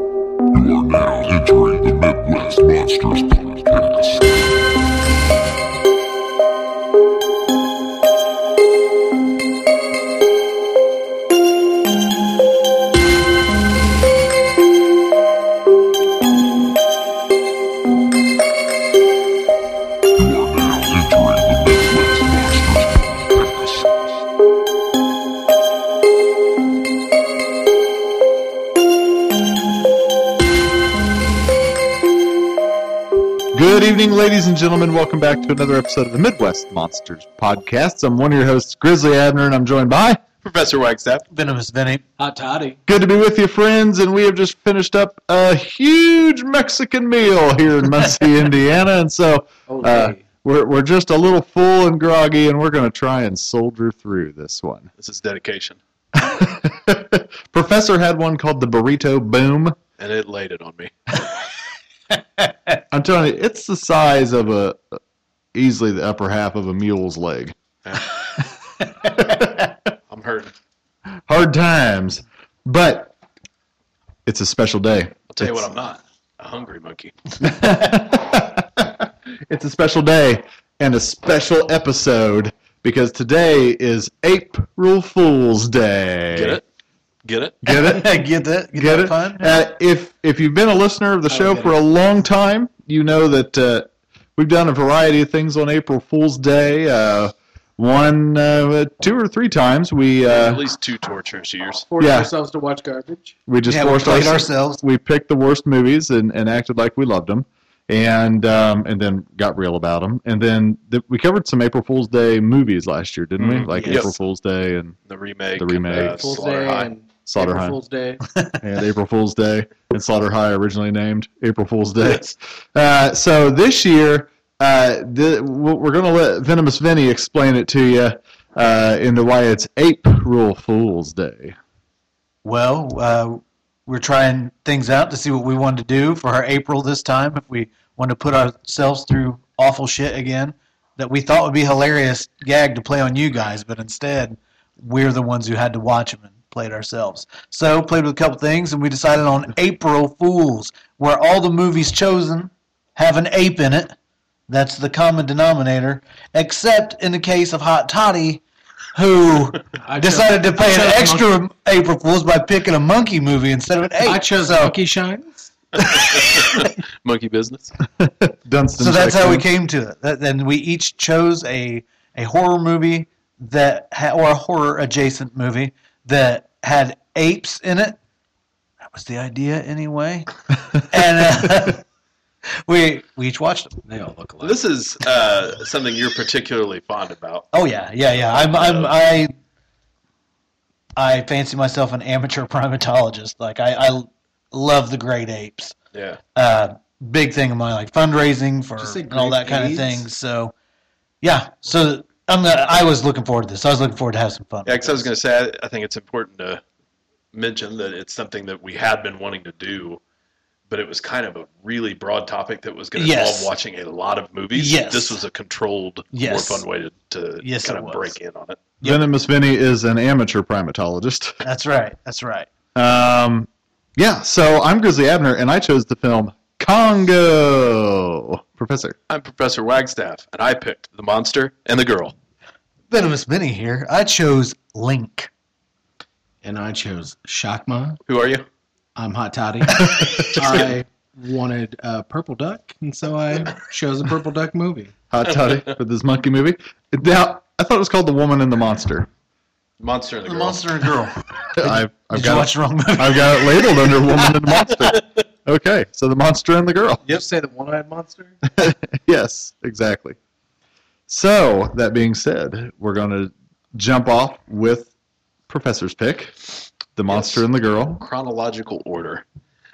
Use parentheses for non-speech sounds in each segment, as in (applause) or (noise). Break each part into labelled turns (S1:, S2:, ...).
S1: You are now entering the Midwest Monsters Podcast. You are now entering the Midwest Monsters Podcast.
S2: Good evening, ladies and gentlemen. Welcome back to another episode of the Midwest Monsters Podcast. I'm one of your hosts, Grizzly Abner, and I'm joined by Professor Wagstaff.
S3: Venomous Vinny.
S4: Hot toddy.
S2: Good to be with you, friends, and we have just finished up a huge Mexican meal here in Muncie, Indiana, and so uh, we're, we're just a little full and groggy, and we're going to try and soldier through this one. (laughs)
S3: This is dedication.
S2: Professor had one called the Burrito Boom.
S3: And it laid it on me.
S2: I'm telling you, it's the size of a easily the upper half of a mule's leg.
S3: I'm hurting.
S2: hard times, but it's a special day.
S3: I'll tell you what I'm not. A hungry monkey.
S2: (laughs) it's a special day and a special episode because today is April Fool's Day.
S3: Get it? (laughs) Get it?
S2: Get it?
S4: get that?
S2: Get it? Uh, if if you've been a listener of the show
S4: get
S2: for a long time, you know that uh, we've done a variety of things on April Fool's Day. Uh, one, uh, two or three times we
S3: At
S2: uh,
S3: least two torturous years.
S4: Force
S2: Yeah.
S4: ourselves to watch garbage.
S2: we just
S4: Yeah, we
S2: forced
S4: played
S2: our-
S4: ourselves.
S2: We picked the worst movies and, and acted like we loved them, and um, and then got real about them. And then th- we covered some April Fool's Day movies last year, didn't we?
S3: Mm,
S2: Like
S3: yes.
S2: April Fool's Day and
S3: The remake.
S2: The remake.
S3: and, uh,
S2: Fool's
S4: Fool's
S3: Slaughter
S4: Day
S3: High.
S4: and
S2: Slaughter
S4: April
S2: High
S4: Fool's Day.
S2: and April Fool's Day and Slaughter High, originally named April Fool's Day. Uh, so this year, uh, the, we're we're going to let Venomous Vinny explain it to you uh, into why it's April Fool's Day.
S5: Well, uh, we're trying things out to see what we want to do for our April this time. If we want to put ourselves through awful shit again, that we thought would be hilarious gag to play on you guys, but instead we're the ones who had to watch them and play it ourselves. So played with a couple things, and we decided on April Fools, where all the movies chosen have an ape in it. That's the common denominator, except in the case of Hot Toddy, who
S4: (laughs) I
S5: decided to pay
S4: I
S5: an
S4: chose
S5: extra April Fool's by picking a monkey movie instead of an ape.
S4: I chose
S5: so,
S4: Monkey Shines.
S3: Monkey business.
S2: Dunstan
S5: So that's
S2: checked
S5: how we
S2: in.
S5: came to it. That, then we each chose a a horror movie that ha- or a horror adjacent movie that had apes in it. That was the idea anyway. and uh, we we each watched them.
S4: They all look
S3: (laughs)
S4: alike.
S3: This is uh, something you're particularly fond about.
S5: Oh yeah, yeah, yeah. I'm I'm I I fancy myself an amateur primatologist. Like I, I love the great apes.
S3: Yeah.
S5: uh, big thing of mine, like fundraising for
S4: Did you say
S5: and all
S4: great
S5: that kind
S4: aids?
S5: of thing. So, yeah. So I'm gonna, I was looking forward to this. I was looking forward to have some fun.
S3: Yeah, because I was going to say, I, I think it's important to mention that it's something that we had been wanting to do, but it was kind of a really broad topic that was going to
S5: Yes.
S3: involve watching a lot of movies.
S5: Yes.
S3: This was a controlled,
S5: Yes.
S3: more fun way to, to
S5: Yes,
S3: kind
S5: it
S3: of
S5: was.
S3: break in on it.
S5: Yep.
S2: Venomous Vinny is an amateur primatologist.
S5: That's right. That's right.
S2: Um, yeah, so I'm Grizzly Abner, and I chose the film Congo. Professor.
S3: I'm Professor Wagstaff, and I picked the monster and the girl.
S5: Venomous Minnie here. I chose Link.
S4: And I chose Shakma.
S3: Who are you?
S4: I'm
S2: (laughs)
S4: Hot Toddy. I wanted a purple duck, and so I (laughs) chose a purple duck movie.
S2: Hot Toddy with this monkey movie. Now, I thought it was called The Woman and the
S5: (laughs)
S2: Monster.
S3: Monster and the,
S5: The
S3: girl.
S5: monster and girl.
S2: I've, I've,
S5: Did you
S2: got
S5: watch
S2: it,
S5: the wrong movie?
S2: I've got it labeled under Woman and the Monster. Okay, so The Monster and the Girl.
S4: Yep. say the one-eyed monster?
S2: (laughs) yes, exactly. So, that being said, we're going to jump off with Professor's pick The Monster
S3: Yes.
S2: and the Girl.
S3: Chronological order.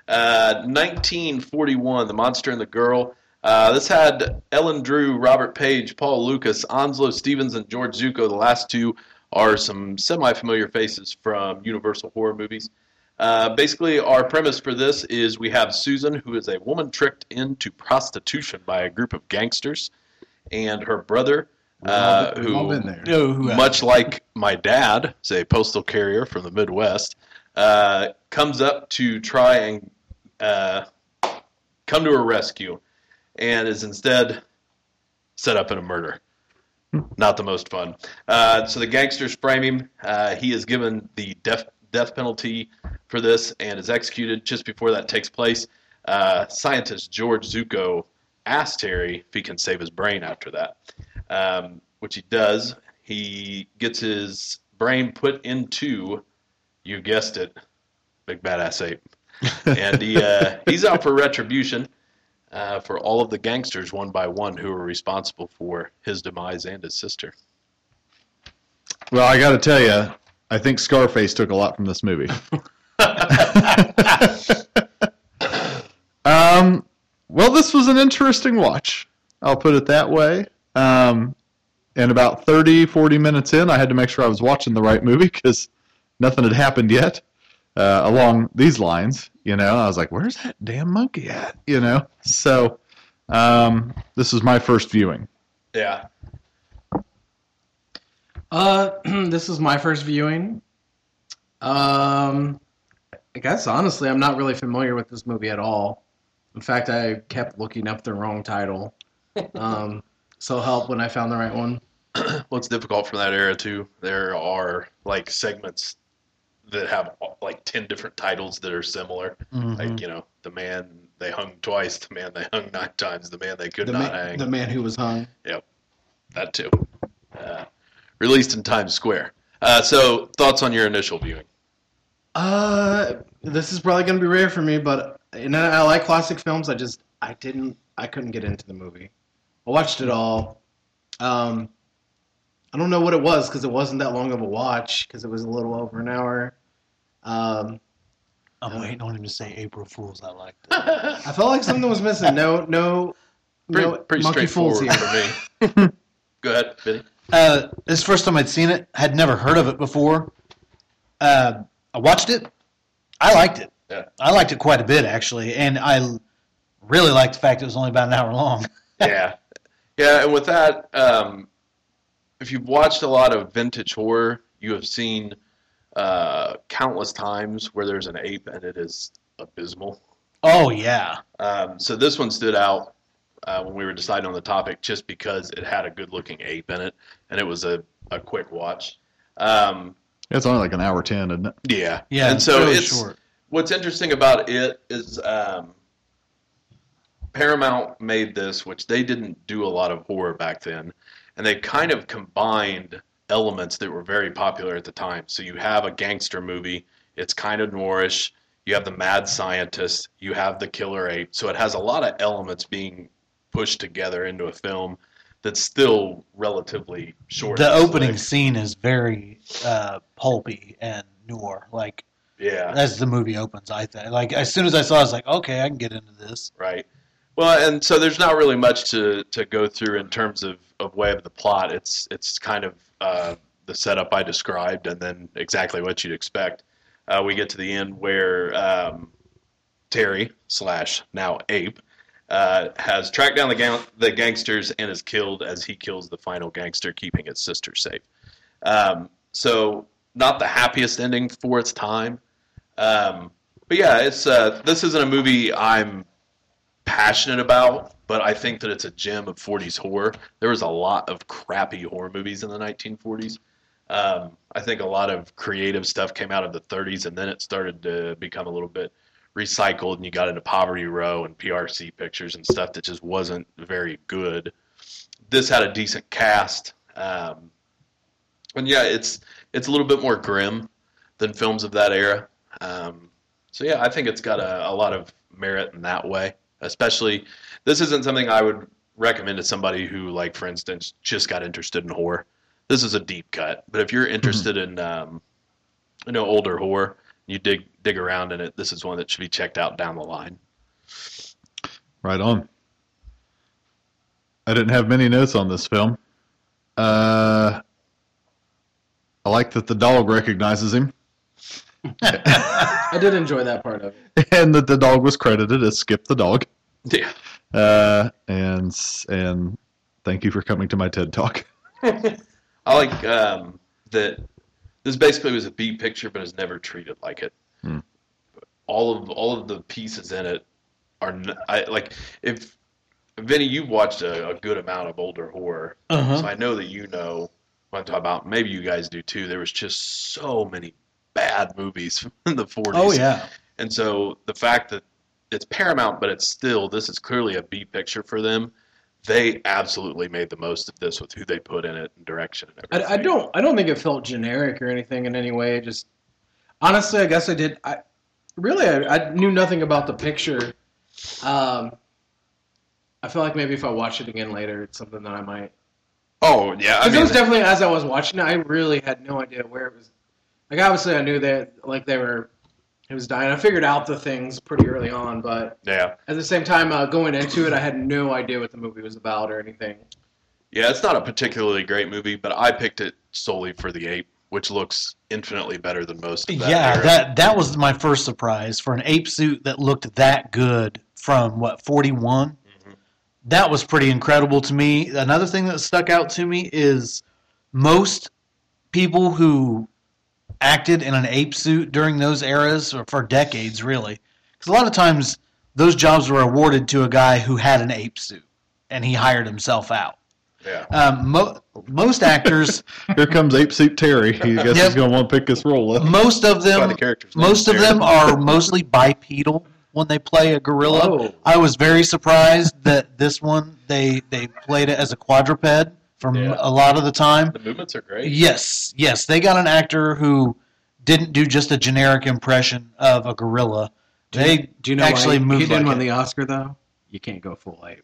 S3: Uh, 1941, The Monster and the Girl. Uh, this had Ellen Drew, Robert Page, Paul Lucas, Onslow Stevens, and George Zuko. The last two are some semi-familiar faces from Universal horror movies. Uh, basically, our premise for this is we have Susan, who is a woman tricked into prostitution by a group of gangsters, and her brother, uh,
S4: We've
S3: who
S4: all been there.
S5: (laughs) No, who-
S3: much like my dad, is a postal carrier from the Midwest, uh, comes up to try and uh, come to her rescue and is instead set up in a murder. Not the most fun. Uh, so the gangsters frame him. Uh, he is given the death death penalty for this and is executed. Just before that takes place, uh, scientist George Zuko asks Terry if he can save his brain after that, um, which he does. He gets his brain put into, you guessed it, big badass
S4: (laughs)
S3: ape, and he uh, he's out for retribution uh, for all of the gangsters one by one who were responsible for his demise and his sister.
S2: Well, I got to tell you, I think Scarface took a lot from this movie. um, well, this was an interesting watch. I'll put it that way. Um, and about 30, 40 minutes in, I had to make sure I was watching the right movie because nothing had happened yet uh, along these lines. You know, I was like, where's that damn monkey at? You know, so um, this was my first viewing.
S3: (clears throat) Yeah,
S4: Uh, (clears throat) this is my first viewing. Um, I guess honestly, I'm not really familiar with this movie at all. In fact, I kept looking up the wrong title. Um, so help when I found the right one.
S3: what's difficult from that era too there are like segments that have like 10 different titles that are similar
S5: Mm-hmm.
S4: Mm-hmm.
S3: like you know the man they hung twice the man they hung nine times the man they could
S4: The,
S3: not
S4: ma-
S3: hang
S4: the man who was hung.
S3: that too uh, released in times square uh, so thoughts on your initial viewing (laughs)
S4: Uh, this is probably gonna be rare for me, but and I, I like classic films. I just I didn't I couldn't get into the movie. I watched it all. Um, I don't know what it was because it wasn't that long of a watch because it was a little over an hour. Um,
S5: I'm waiting on him to say April Fools. I like that.
S3: pretty,
S4: I felt like something was missing. No, no, no
S3: pretty
S4: monkey fools
S3: straightforward
S4: here.
S3: for me
S4: (laughs)
S3: go ahead Vinny.
S5: Uh, this is the first time I'd seen it, had never heard of it before. Uh, I watched it. I liked it.
S3: Yeah.
S5: I liked it quite a bit actually, and I l- really liked the fact it was only about an hour long. (laughs)
S3: yeah yeah and with that um, if you've watched a lot of vintage horror you have seen uh, countless times where there's an ape and it is abysmal
S5: Oh yeah,
S3: um, so this one stood out uh, when we were deciding on the topic just because it had a good looking ape in it and it was a, a quick watch um,
S2: It's only like an hour 10, isn't it?
S3: yeah
S5: yeah.
S3: and so
S5: really
S3: it's
S5: short.
S3: what's interesting about it is um, Paramount made this, which they didn't do a lot of horror back then, and they kind of combined elements that were very popular at the time. So you have a gangster movie, it's kind of noirish. You have the mad scientist, you have the killer ape. So it has a lot of elements being pushed together into a film that's still relatively short.
S5: The
S3: So, like,
S5: opening scene is very uh, pulpy and noir. Like
S3: yeah.
S5: as the movie opens, I think. Like as soon as I saw, it, I was like, okay, I can get into this.
S3: Right. Well, and so there's not really much to, to go through in terms of, of way of the plot. It's it's kind of uh, the setup I described, and then exactly what you'd expect. Uh, we get to the end where um, Terry slash now Ape uh, has tracked down the gang- the gangsters and is killed as he kills the final gangster, keeping his sister safe. Um, so not the happiest ending for its time. Um, but yeah, it's uh, this isn't a movie I'm passionate about, but I think that it's a gem of 40s horror. There was a lot of crappy horror movies in the 1940s. Um, I think a lot of creative stuff came out of the 30s, and then it started to become a little bit recycled, and you got into Poverty Row and PRC pictures and stuff that just wasn't very good. This had a decent cast, um, and yeah, it's it's a little bit more grim than films of that era. Um, so yeah, I think it's got a, a lot of merit in that way. Especially, this isn't something I would recommend to somebody who, like, for instance, just got interested in horror. This is a deep cut, but if you're interested in, um, you know, older horror, you dig dig around in it. This is one that should be checked out down the line.
S2: Right on. I didn't have many notes on this film. Uh, I like that the dog recognizes him (laughs)
S4: I did enjoy that part of it.
S2: and that the dog was credited as Skip the dog.
S3: Yeah,
S2: Uh, and and thank you for coming to my TED talk. (laughs)
S3: I like um, that. This basically was a B picture, but is never treated like it.
S2: Hmm.
S3: all of all of the pieces in it are n I like if Vinny, you've watched a, a good amount of older horror,
S5: Uh-huh.
S3: so I know that you know what I'm talking about. Maybe you guys do too. There was just so many bad movies (laughs) in the 40s.
S5: Oh yeah.
S3: And so the fact that it's Paramount, but it's still this is clearly a B picture for them. They absolutely made the most of this with who they put in it and direction and
S4: I,
S3: everything.
S4: I don't I don't think it felt generic or anything in any way. It just honestly, I guess I did. I really I, I knew nothing about the picture. Um, I feel like maybe if I watch it again later, it's something that I might.
S3: Oh yeah, I
S4: Because
S3: mean,
S4: it was definitely as I was watching it, I really had no idea where it was. Like obviously, I knew that like they were, it was dying. I figured out the things pretty early on, but
S3: yeah,
S4: at the same time, uh, going into it, I had no idea what the movie was about or anything.
S3: yeah. It's not a particularly great movie, but I picked it solely for the ape, which looks infinitely better than most. Of that
S5: yeah,
S3: era.
S5: that that was my first surprise for an ape suit that looked that good from what 41.
S3: Mm-hmm.
S5: That was pretty incredible to me. Another thing that stuck out to me is most people who acted in an ape suit during those eras or for decades really. Cuz a lot of times those jobs were awarded to a guy who had an ape suit and he hired himself out.
S3: yeah.
S5: Um, mo- most actors
S2: Here comes Ape Suit Terry. He guess he's going to want to pick this role up.
S5: most of
S3: why
S5: them
S3: the character's name
S5: most
S3: is
S5: of them are mostly bipedal when they play a gorilla.
S4: Oh.
S5: I was very surprised that this one they they played it as a quadruped for m-
S3: Yeah.
S5: a lot of the time.
S3: The movements are great.
S5: Yes, yes, they got an actor who didn't do just a generic impression of a gorilla. They
S4: Do you know
S5: actually
S4: why
S5: moved
S4: he didn't
S5: like
S4: win
S5: it.
S4: the Oscar though? You can't go full ape.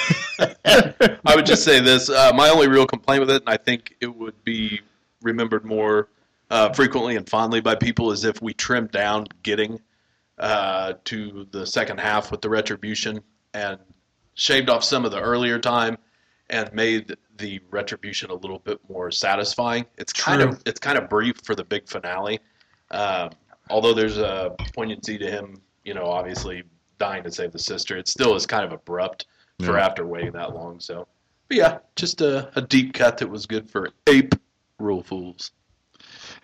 S3: (laughs) I would just say this. Uh, my only real complaint with it, and I think it would be remembered more uh, frequently and fondly by people, is if we trimmed down getting uh, to the second half with the retribution and shaved off some of the earlier time and made the retribution a little bit more satisfying. It's kind
S5: True.
S3: of it's kind of brief for the big finale. Um, although there's a poignancy to him, you know, obviously dying to save the sister, it still is kind of abrupt for
S2: Yeah.
S3: after waiting that long. So, but yeah, just a, a deep cut that was good for ape rule fools.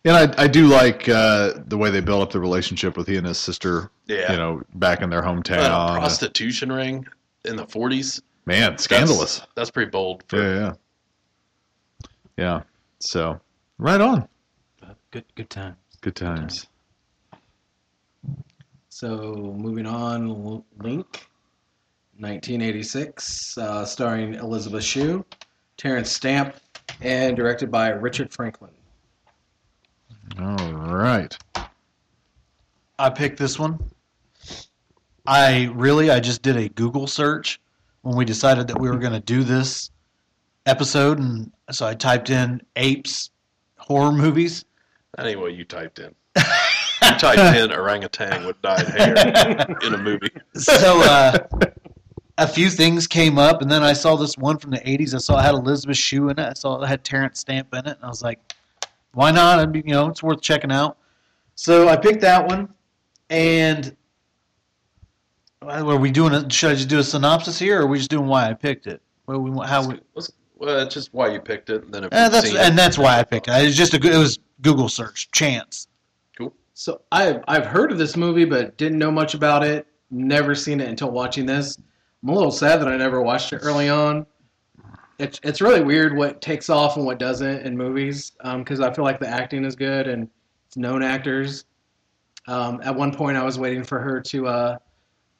S2: And I, I do like uh, the way they built up the relationship with he and his sister,
S3: Yeah, Uh,
S2: you know, back in their hometown.
S5: uh,
S3: a prostitution ring in the 40s.
S2: Man, scandalous.
S3: That's, that's pretty bold. For,
S2: Yeah, yeah. Yeah. So, right on.
S4: Good good time.
S2: Good times.
S4: So moving on, L- Link, 1986, uh, starring Elizabeth Shue, Terrence Stamp, and directed by Richard Franklin.
S2: All right. (laughs)
S5: I picked this one. I really, I just did a Google search when we decided that we were going to do this episode, and so I typed in apes
S3: (laughs)
S5: horror movies.
S3: That ain't what you typed in. You typed in orangutan with dyed hair in a (laughs) movie.
S5: So uh, a few things came up, and then I saw this one from the '80s. I saw it had Elizabeth Shue in it. I saw it had Terrence Stamp in it, and I was like, "Why not? I mean, you know, it's worth checking out." So I picked that one, and are we doing? A, should I just do a synopsis here, or are we just doing why I picked it? Well, we how we
S3: Let's, well, it's just why you picked it, and then if
S5: Eh,
S3: you've
S5: that's
S3: seen
S5: and
S3: it,
S5: that's why I picked it. It was just a good- it was Google search chance.
S3: cool.
S4: So I've I've heard of this movie, but didn't know much about it. Never seen it until watching this. I'm a little sad that I never watched it early on. It's it's really weird what takes off and what doesn't in movies, because I feel like the acting is good and it's known actors. Um, at one point, I was waiting for her to uh,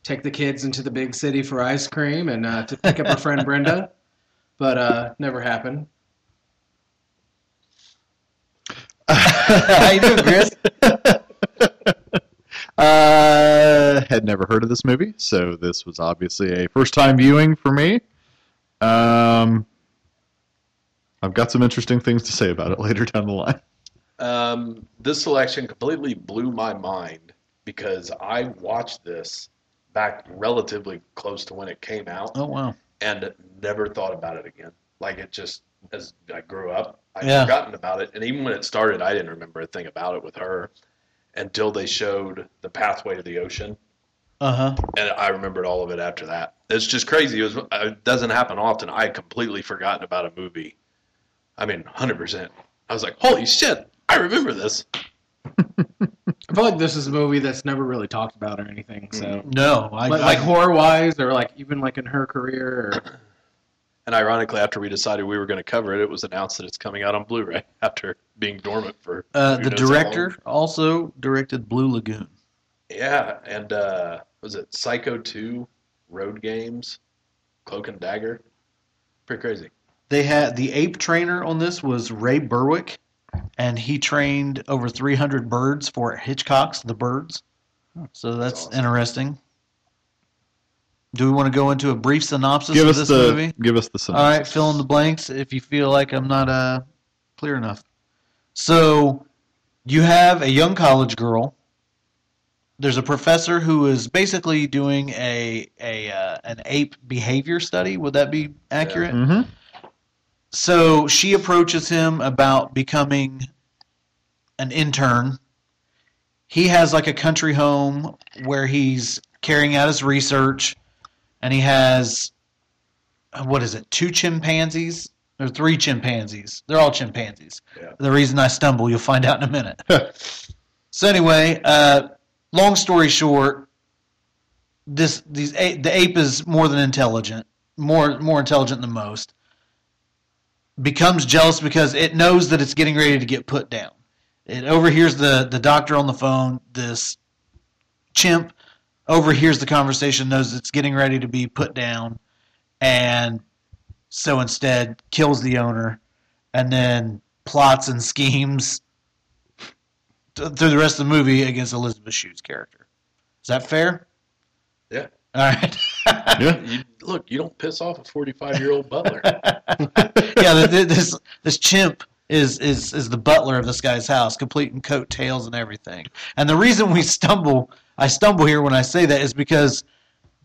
S4: take the kids into the big city for ice cream and uh, to pick up her friend Brenda, but uh, never happened.
S5: (laughs) How you doing, Chris?
S2: Uh, had never heard of this movie, so this was obviously a first time viewing for me. Um, I've got some interesting things to say about it (laughs) later down the line.
S3: Um, this selection completely blew my mind because I watched this back relatively close to when it came out
S5: Oh wow!
S3: and never thought about it again. Like it just as I grew up, I'd
S5: Yeah.
S3: forgotten about it, and even when it started, I didn't remember a thing about it with her until they showed the pathway to the ocean,
S5: Uh huh.
S3: and I remembered all of it after that. It's just crazy. It, was, uh, it doesn't happen often. I had completely forgotten about a movie. I mean, hundred percent. I was like, "Holy shit! I remember this."
S4: I feel like this is a movie that's never really talked about or anything. So,
S5: No, I,
S4: like,
S5: I-
S4: like horror wise, or like even like in her career, or,
S3: And ironically, after we decided we were going to cover it, it was announced that it's coming out on Blu-ray (laughs) after being dormant for.
S5: uh,
S3: who
S5: the
S3: knows how
S5: director
S3: long.
S5: also directed Blue Lagoon.
S3: Yeah, and uh, was it Psycho Two, Road Games, Cloak and Dagger? Pretty crazy.
S5: They had the ape trainer on this was Ray Berwick, and he trained over 300 birds for Hitchcock's The Birds. So that's
S3: awesome.
S5: interesting. Do we want to go into a brief synopsis
S2: give
S5: of
S2: us
S5: this
S2: the
S5: movie?
S2: give us the
S5: All right, fill in the blanks if you feel like I'm not uh, clear enough. So, you have a young college girl. There's a professor who is basically doing a a uh, an ape behavior study. Would that be accurate?
S2: Mm-hmm.
S5: So she approaches him about becoming an intern. He has like a country home where he's carrying out his research, and he has uh, what is it? Two chimpanzees or three chimpanzees? They're all chimpanzees.
S3: Yeah.
S5: The reason I stumble, you'll find out in a minute. so anyway, uh, long story short, this these a- the ape is more than intelligent, more more intelligent than most becomes jealous because it knows that it's getting ready to get put down. It overhears the, the doctor on the phone. This chimp overhears the conversation, knows it's getting ready to be put down, and so instead kills the owner and then plots and schemes th- through the rest of the movie against Elizabeth Shue's character. Is that fair?
S3: Yeah.
S5: All right. (laughs)
S2: Yeah.
S3: You, look, you don't piss off a forty-five-year-old butler. (laughs)
S5: (laughs) yeah, th- th- this this chimp is is is the butler of this guy's house, complete in coattails and everything. And the reason we stumble, I stumble here when I say that, is because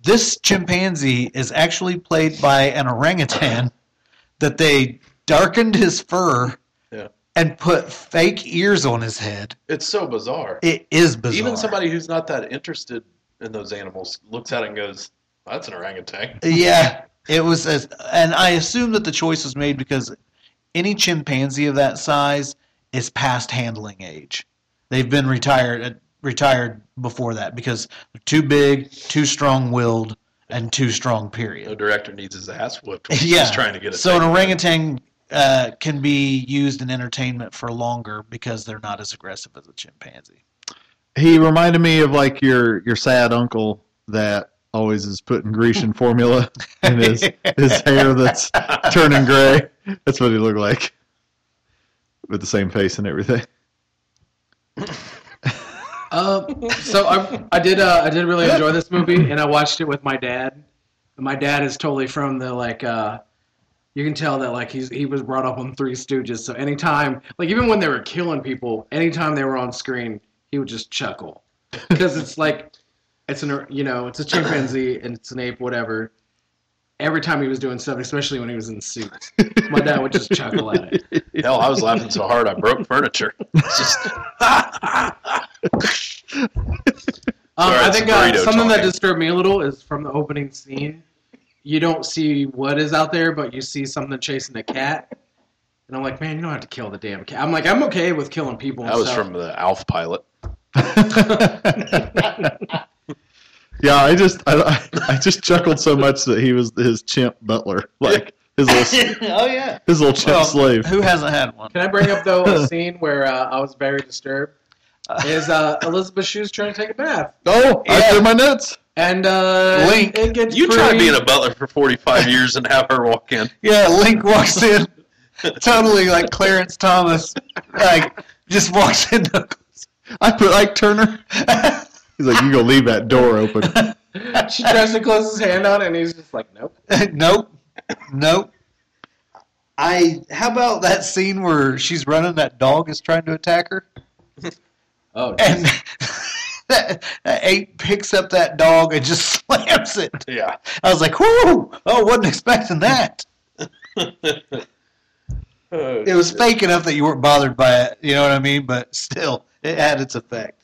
S5: this chimpanzee is actually played by an orangutan that they darkened his fur
S3: Yeah.
S5: and put fake ears on his head.
S3: It's so bizarre.
S5: It is bizarre.
S3: Even somebody who's not that interested in those animals looks at it and goes, "That's an orangutan."
S5: Yeah, it was, as, and I assume that the choice was made because any chimpanzee of that size is past handling age. They've been retired uh, retired before that because they're too big, too strong-willed, and too strong.
S3: No
S5: Period.
S3: director needs his ass whooped. When
S5: Yeah.
S3: he's trying to get it.
S5: So an
S3: taken.
S5: orangutan uh, can be used in entertainment for longer because they're not as aggressive as a chimpanzee.
S2: He reminded me of like your your sad uncle that always is putting Grecian (laughs) formula in his his hair that's turning gray. That's what he looked like, with the same face and everything.
S4: uh, so I, I did uh, I did really enjoy this movie, and I watched it with my dad. And my dad is totally from the like. Uh, you can tell that like he's he was brought up on Three Stooges, so anytime like even when they were killing people, anytime they were on screen, he would just chuckle because it's like it's an you know it's a chimpanzee and it's an ape whatever. Every time he was doing stuff, especially when he was in suits, my dad would just chuckle at it.
S3: Hell, I was laughing so hard I broke
S5: (laughs)
S3: furniture. It's (laughs) just
S4: Um,
S3: Sorry,
S4: I
S3: it's
S4: think
S3: a
S4: uh,
S3: burrito
S4: something that
S3: talking.
S4: disturbed me a little is from the opening scene. You don't see what is out there, but you see something chasing a cat, and I'm like, man, you don't have to kill the damn cat. I'm like, I'm okay with killing people. And
S3: that was
S4: stuff.
S3: from the Alf pilot.
S2: (laughs) Yeah, I just I, I just chuckled so much that he was his chimp butler, like his little
S5: (laughs) oh yeah,
S2: his little chimp slave.
S5: (laughs) (laughs) Who hasn't had one?
S4: Can I bring up
S3: (laughs)
S4: though a scene where uh, I was very disturbed? Is uh, Elizabeth Shoes trying to take a bath,
S2: Oh, I
S5: Yeah.
S2: threw my nuts.
S4: and uh,
S5: Link,
S4: it gets
S3: You try
S4: pretty-
S3: being a butler for forty-five years and have her walk in.
S5: Yeah, Link walks (laughs) in, totally like Clarence Thomas, like just walks in.
S2: I put Ike Turner. He's like, you gonna leave that door open?
S4: (laughs) she tries to close his hand out, and he's just like, nope.
S5: (laughs) nope, nope. I. How about that scene where she's running? That dog is trying to attack her,
S3: (laughs)
S4: Oh,
S5: and (laughs) that, that ape picks up that dog and just (laughs) slams it.
S3: Yeah.
S5: I was like, "Whoo! Oh, wasn't expecting that."
S3: Uh,
S5: It was fake enough that you weren't bothered by it. You know what I mean? But still, it had its effect.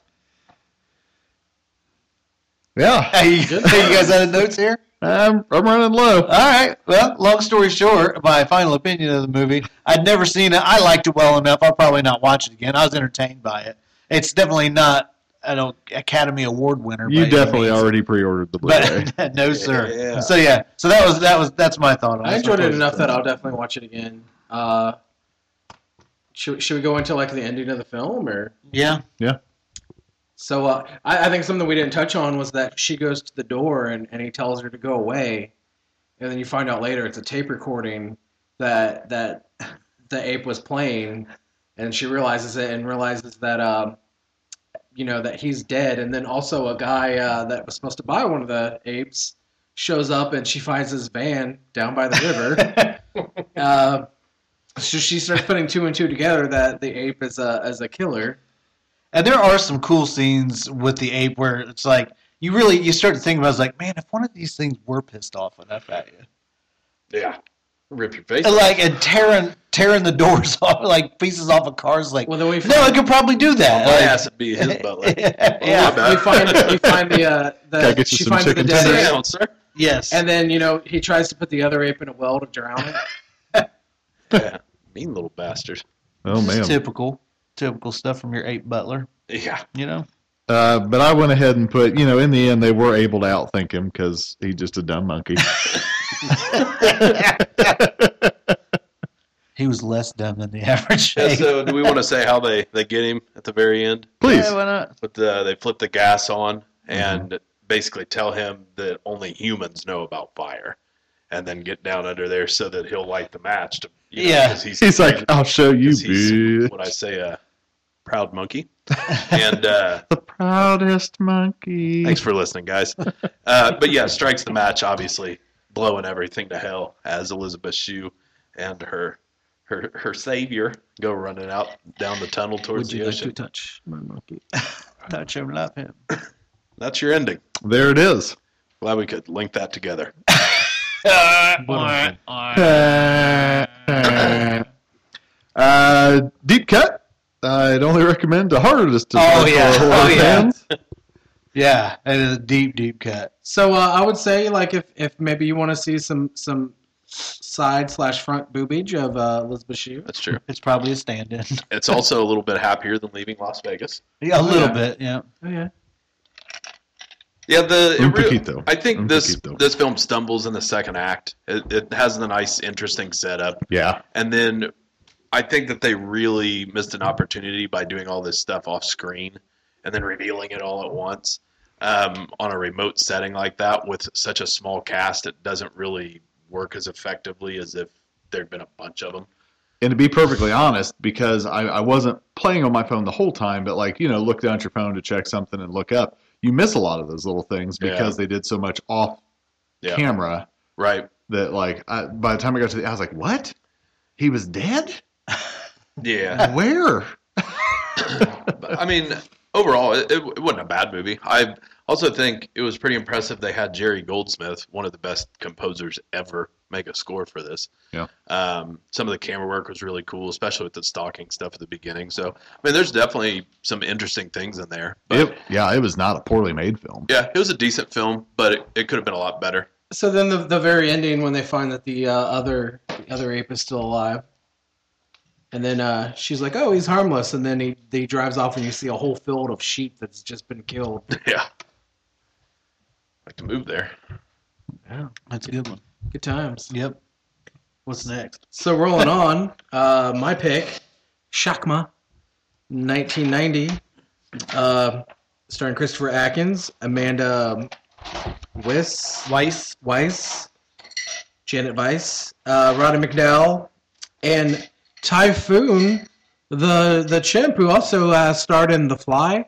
S2: Yeah,
S5: Hey, (laughs) you, you guys had notes here?
S2: I'm I'm running low.
S5: All right. Well, long story short, my final opinion of the movie, I'd never seen it. I liked it well enough. I'll probably not watch it again. I was entertained by it. It's definitely not an Academy Award winner. by
S2: You
S5: any
S2: definitely
S5: means.
S2: already pre-ordered the Blu-ray.
S5: (laughs) But (laughs) no, sir.
S3: Yeah.
S5: So yeah. So that was that was that's my thought. on
S4: I
S5: this.
S4: enjoyed it enough that I'll definitely watch it again. Uh, should, should we go into like the ending of the film or?
S5: Yeah.
S4: So uh, I, I think something we didn't touch on was that she goes to the door and, and he tells her to go away, and then you find out later it's a tape recording that that (laughs) the ape was playing, and she realizes it and realizes that um, you know that he's dead, and then also a guy uh, that was supposed to buy one of the apes shows up and she finds his van down by the river. uh, so she starts putting two and two together that the ape is a is a killer.
S5: And there are some cool scenes with the ape where it's like you really you start to think about it's like man if one of these things were pissed off enough at you
S3: Yeah. Rip your face.
S5: And, like and tearing tearing the (laughs) doors off like pieces off of cars like
S4: Well, then we
S5: no it could probably do that
S3: My
S5: Like,
S3: ass would be
S5: (laughs)
S3: his butt. Like,
S5: yeah
S3: about
S4: we
S3: it.
S4: find we find the
S2: (laughs)
S4: uh,
S2: Gotta
S4: the
S2: get you
S4: she
S2: some
S4: finds the
S2: chicken
S4: dead
S2: tenders.
S4: ape,
S3: Down, sir.
S5: yes
S4: and then you know he tries to put the other ape in a well to drown
S2: (laughs)
S4: it.
S3: Yeah. Mean little bastard.
S2: (laughs) Oh
S5: This is
S2: man!
S5: typical typical stuff from your ape butler
S3: Yeah.
S5: you know
S2: Uh, but I went ahead and put, you know, in the end they were able to outthink him because he's just a dumb
S5: (laughs)
S2: monkey.
S5: he was less dumb than the (laughs) average
S3: Yeah,
S5: ape
S3: so do we want to say how they, they get him at the very end?
S2: Please,
S5: Yeah, why not?
S3: But the, they flip the gas on and basically tell him that only humans know about fire, and then get down under there so that he'll light the match. To, you know,
S5: Yeah.
S3: 'cause
S2: (laughs)
S3: he's,
S2: he's like, "Oh, I'll show you,
S3: 'cause he's
S2: bitch.
S3: what I say, a proud monkey. and uh,
S2: The proudest monkey.
S3: thanks for listening, guys. Uh, but yeah, strikes the match, obviously blowing everything to hell as Elizabeth Shue and her. Her, her savior go running out down the tunnel towards the ocean.
S4: touch my
S5: (laughs)
S4: monkey?
S5: touch him love him
S3: That's your ending.
S2: There it is.
S3: Glad we could link that together.
S2: (laughs) Uh, deep cut. I'd only recommend the hardest. to
S5: Oh, yeah.
S2: for horror
S5: Oh, yeah.
S2: fans.
S5: yeah and a deep deep cut
S4: So uh, I would say like if if maybe you want to see some some side slash front boobage of uh, Elizabeth Shue.
S3: That's true.
S5: it's probably a stand-in (laughs)
S3: It's also a little bit happier than leaving Las Vegas.
S5: yeah a little
S4: yeah.
S5: bit yeah
S4: Oh yeah.
S3: Yeah, the it
S2: Un
S3: re-
S2: poquito.
S3: I think
S2: Un
S3: this
S2: poquito.
S3: this film stumbles in the second act. It, it has the nice, interesting setup,
S2: Yeah.
S3: and then I think that they really missed an opportunity by doing all this stuff off screen and then revealing it all at once um, on a remote setting like that with such a small cast. It doesn't really work as effectively as if there'd been a bunch of them.
S2: And to be perfectly honest, because I, I wasn't playing on my phone the whole time, but like, you know, look down at your phone to check something and look up, you miss a lot of those little things
S3: Yeah.
S2: because they did so much off
S3: Yeah.
S2: camera
S3: Right?
S2: that like I, by the time I got to the I was like, what? He was dead?
S3: Yeah.
S2: Where?
S3: But, I mean, overall, it, it wasn't a bad movie. I also think it was pretty impressive they had Jerry Goldsmith, one of the best composers ever, make a score for this.
S2: Yeah.
S3: Um, some of the camera work was really cool, especially with the stalking stuff at the beginning. So, I mean, there's definitely some interesting things in there. But
S2: It, yeah, it was not a poorly made film.
S3: yeah, it was a decent film, but it, it could have been a lot better. (laughs)
S4: So then the the very ending when they find that the uh, other the other ape is still alive. And then uh, she's like, "Oh, he's harmless." And then he, he drives off, and you see a whole field of sheep that's just been killed.
S3: yeah. Like to move there.
S5: that's a good one
S4: Good times.
S5: yep what's next
S4: So rolling on, uh, my pick, Shakma, 1990, uh, starring Christopher Atkins, Amanda Weiss,
S5: weiss
S4: Weiss, Janet Weiss, uh, Roddy McDowell, and Typhoon, the the chimp who also uh, starred in The Fly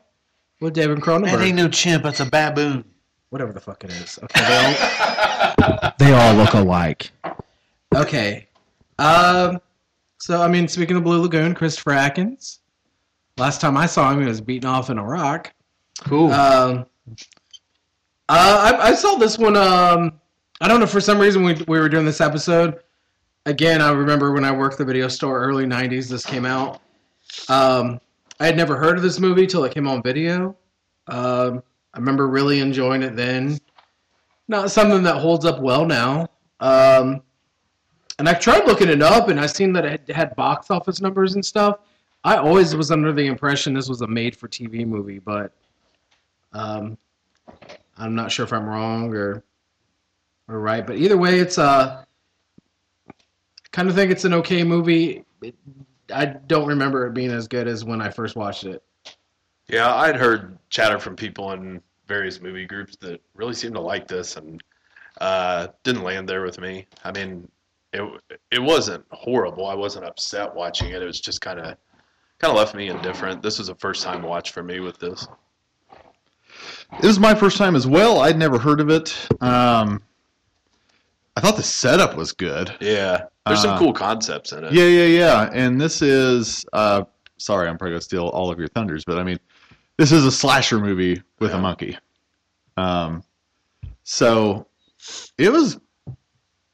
S4: with David Cronenberg.
S5: that ain't no chimp that's a baboon
S4: Whatever the fuck it is. Okay, they
S3: (laughs)
S4: all, they all look alike. Okay. Um, so, I mean, speaking of Blue Lagoon, Christopher Atkins. Last time I saw him, he was beaten off in a rock.
S5: cool
S4: Um, uh, I, I saw this one. Um, I don't know. For some reason, we, we were doing this episode. Again, I remember when I worked the video store, early 90s, this came out. Um, I had never heard of this movie till it came on video. Um, I remember really enjoying it then. Not something that holds up well now. Um, and I tried looking it up, and I seen that it had box office numbers and stuff. I always was under the impression this was a made-for-TV movie, but um, I'm not sure if I'm wrong or or right. But either way, it's uh, kind of think it's an okay movie. It, I don't remember it being as good as when I first watched it.
S3: Yeah, I'd heard chatter from people in various movie groups that really seemed to like this and uh, didn't land there with me. I mean, it it wasn't horrible. I wasn't upset watching it. It was just kind of kind of left me indifferent. This was a first time watch for me with this.
S2: It was my first time as well. I'd never heard of it. Um, I thought the setup was good.
S3: Yeah, there's
S2: Uh,
S3: some cool concepts in it.
S2: Yeah, yeah, yeah. And this is uh, sorry, I'm probably gonna steal all of your thunders, but I mean, this is a slasher movie with a
S3: Yeah.
S2: monkey. Um, so it was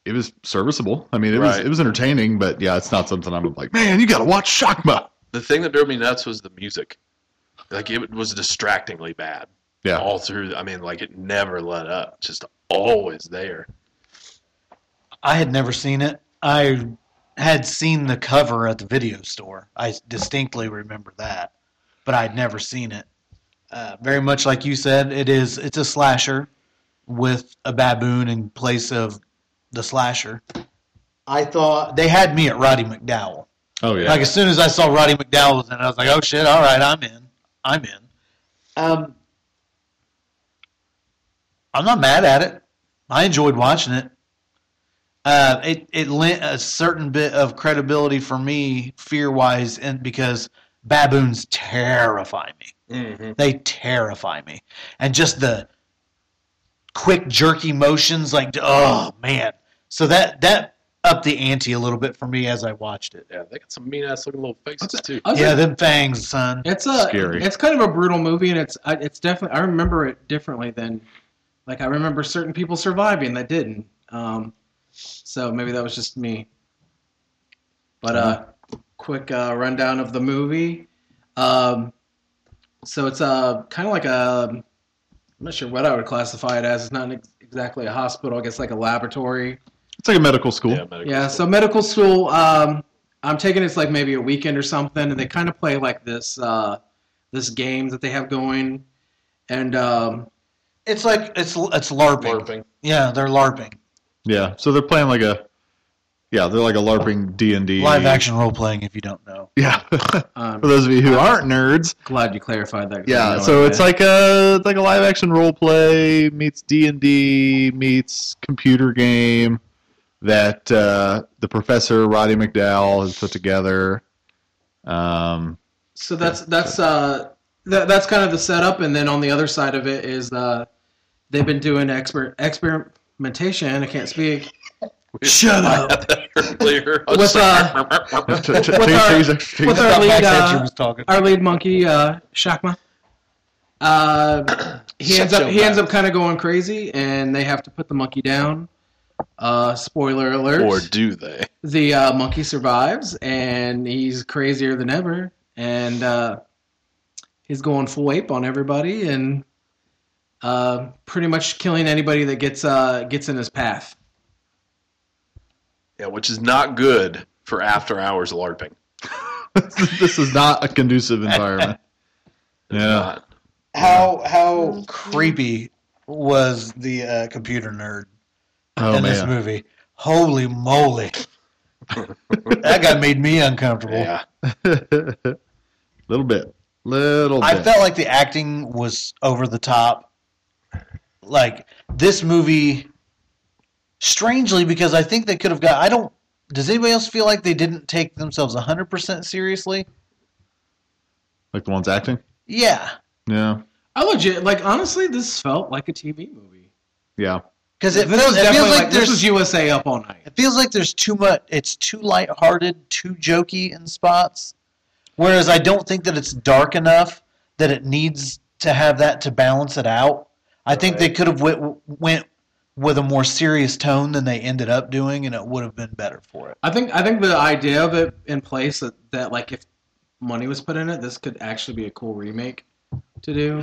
S2: it was serviceable. I mean, it was
S3: Right.
S2: it was entertaining, but yeah, it's not something I'm like, man, you gotta watch Shockma.
S3: The thing that drove me nuts was the music. Like it was distractingly bad.
S2: Yeah.
S3: All through. I mean, like it never let up. Just always there.
S5: I had never seen it. I had seen the cover at the video store. I distinctly remember that, but I'd never seen it. Uh, very much like you said, it is. It's a slasher with a baboon in place of the slasher. I thought they had me at Roddy McDowell.
S2: Oh yeah,
S5: Like as soon as I saw Roddy McDowell was in, it, I was like, "Oh shit! All right, I'm in. I'm in." Um, I'm not mad at it. I enjoyed watching it. Uh, it it lent a certain bit of credibility for me, fear wise, and because baboons terrify me.
S3: Mm-hmm.
S5: They terrify me, and just the quick jerky motions, like oh man. So that that upped the ante a little bit for me as I watched it.
S3: Yeah, they got some mean ass looking little faces too.
S4: I was
S5: Yeah,
S4: like,
S5: them fangs, son.
S4: it's a
S2: Scary.
S4: it's kind of a brutal movie, and it's I- it's definitely I remember it differently than like I remember certain people surviving that didn't. Um, so maybe that was just me. But uh, quick uh, rundown of the movie. Um, so it's uh, kind of like a I'm not sure what I would classify it as. It's not ex- exactly a hospital. I guess like a laboratory.
S2: it's like a medical school.
S3: Yeah, medical
S4: Yeah,
S3: school.
S4: so medical school, um, I'm taking it's like maybe a weekend or something, and they kind of play like this uh, this game that they have going, and um,
S5: It's like it's it's larping.
S3: (laughs) LARPing.
S5: Yeah, they're larping.
S2: Yeah, so they're playing like a yeah, they're like a LARPing D and D
S5: Live action role playing. If you don't know,
S2: Yeah, (laughs) for
S4: I'm
S2: those of you who aren't nerds,
S4: glad you clarified that. 'cause I
S2: yeah.
S4: know
S2: So
S4: I
S2: it's
S4: did.
S2: like a it's like a live action role play meets D and D meets computer game that uh, the professor Roddy McDowell has put together. Um,
S4: so that's that's uh, that, that's kind of the setup, and then on the other side of it is uh, they've been doing expert experimentation. I can't speak. Shut up.
S3: Earlier, I was
S4: With,
S3: (laughs) like,
S2: t- t-
S4: With
S2: t- t-
S4: our-
S2: t-
S4: with
S2: t-
S4: our-
S5: Thought
S4: lead,
S5: Max
S4: uh,
S5: Headroom was talking.
S4: Our lead monkey, uh, Shakma. Uh, he
S3: Shut
S4: ends up
S3: your
S4: he ends
S3: mouth.
S4: up kind of going crazy, and they have to put the monkey down. Uh, spoiler alert:
S3: or do they?
S4: the uh, monkey survives, and he's crazier than ever, and uh, he's going full ape on everybody, and uh, pretty much killing anybody that gets uh, gets in his path.
S3: Yeah, which is not good for after hours LARPing.
S2: (laughs) this is not a conducive environment.
S3: It's
S2: Yeah,
S3: not.
S4: Oh,
S5: How how creepy was the uh, computer nerd
S2: oh
S5: in this
S2: man,
S5: movie? Holy moly! that guy made me uncomfortable.
S3: Yeah.
S2: (laughs) little bit, little
S5: I
S2: bit.
S5: felt like the acting was over the top. Like this movie, strangely, because I think they could have got. I don't. Does anybody else feel like they didn't take themselves hundred percent seriously?
S2: like the ones acting.
S5: Yeah,
S2: Yeah,
S4: I legit like honestly, this felt like a TV movie.
S2: yeah.
S5: because it,
S4: this is
S5: feels, it
S4: definitely
S5: feels
S4: like,
S5: like
S4: this
S5: there's
S4: is USA up all night.
S5: it feels like there's too much. It's too lighthearted, too jokey in spots. Whereas I don't think that it's dark enough that it needs to have that to balance it out. I think they
S3: Right.
S5: could have went, went with a more serious tone than they ended up doing, and it would have been better for it.
S4: I think I think the idea of it in place that, that like if money was put in it, this could actually be a cool remake to do.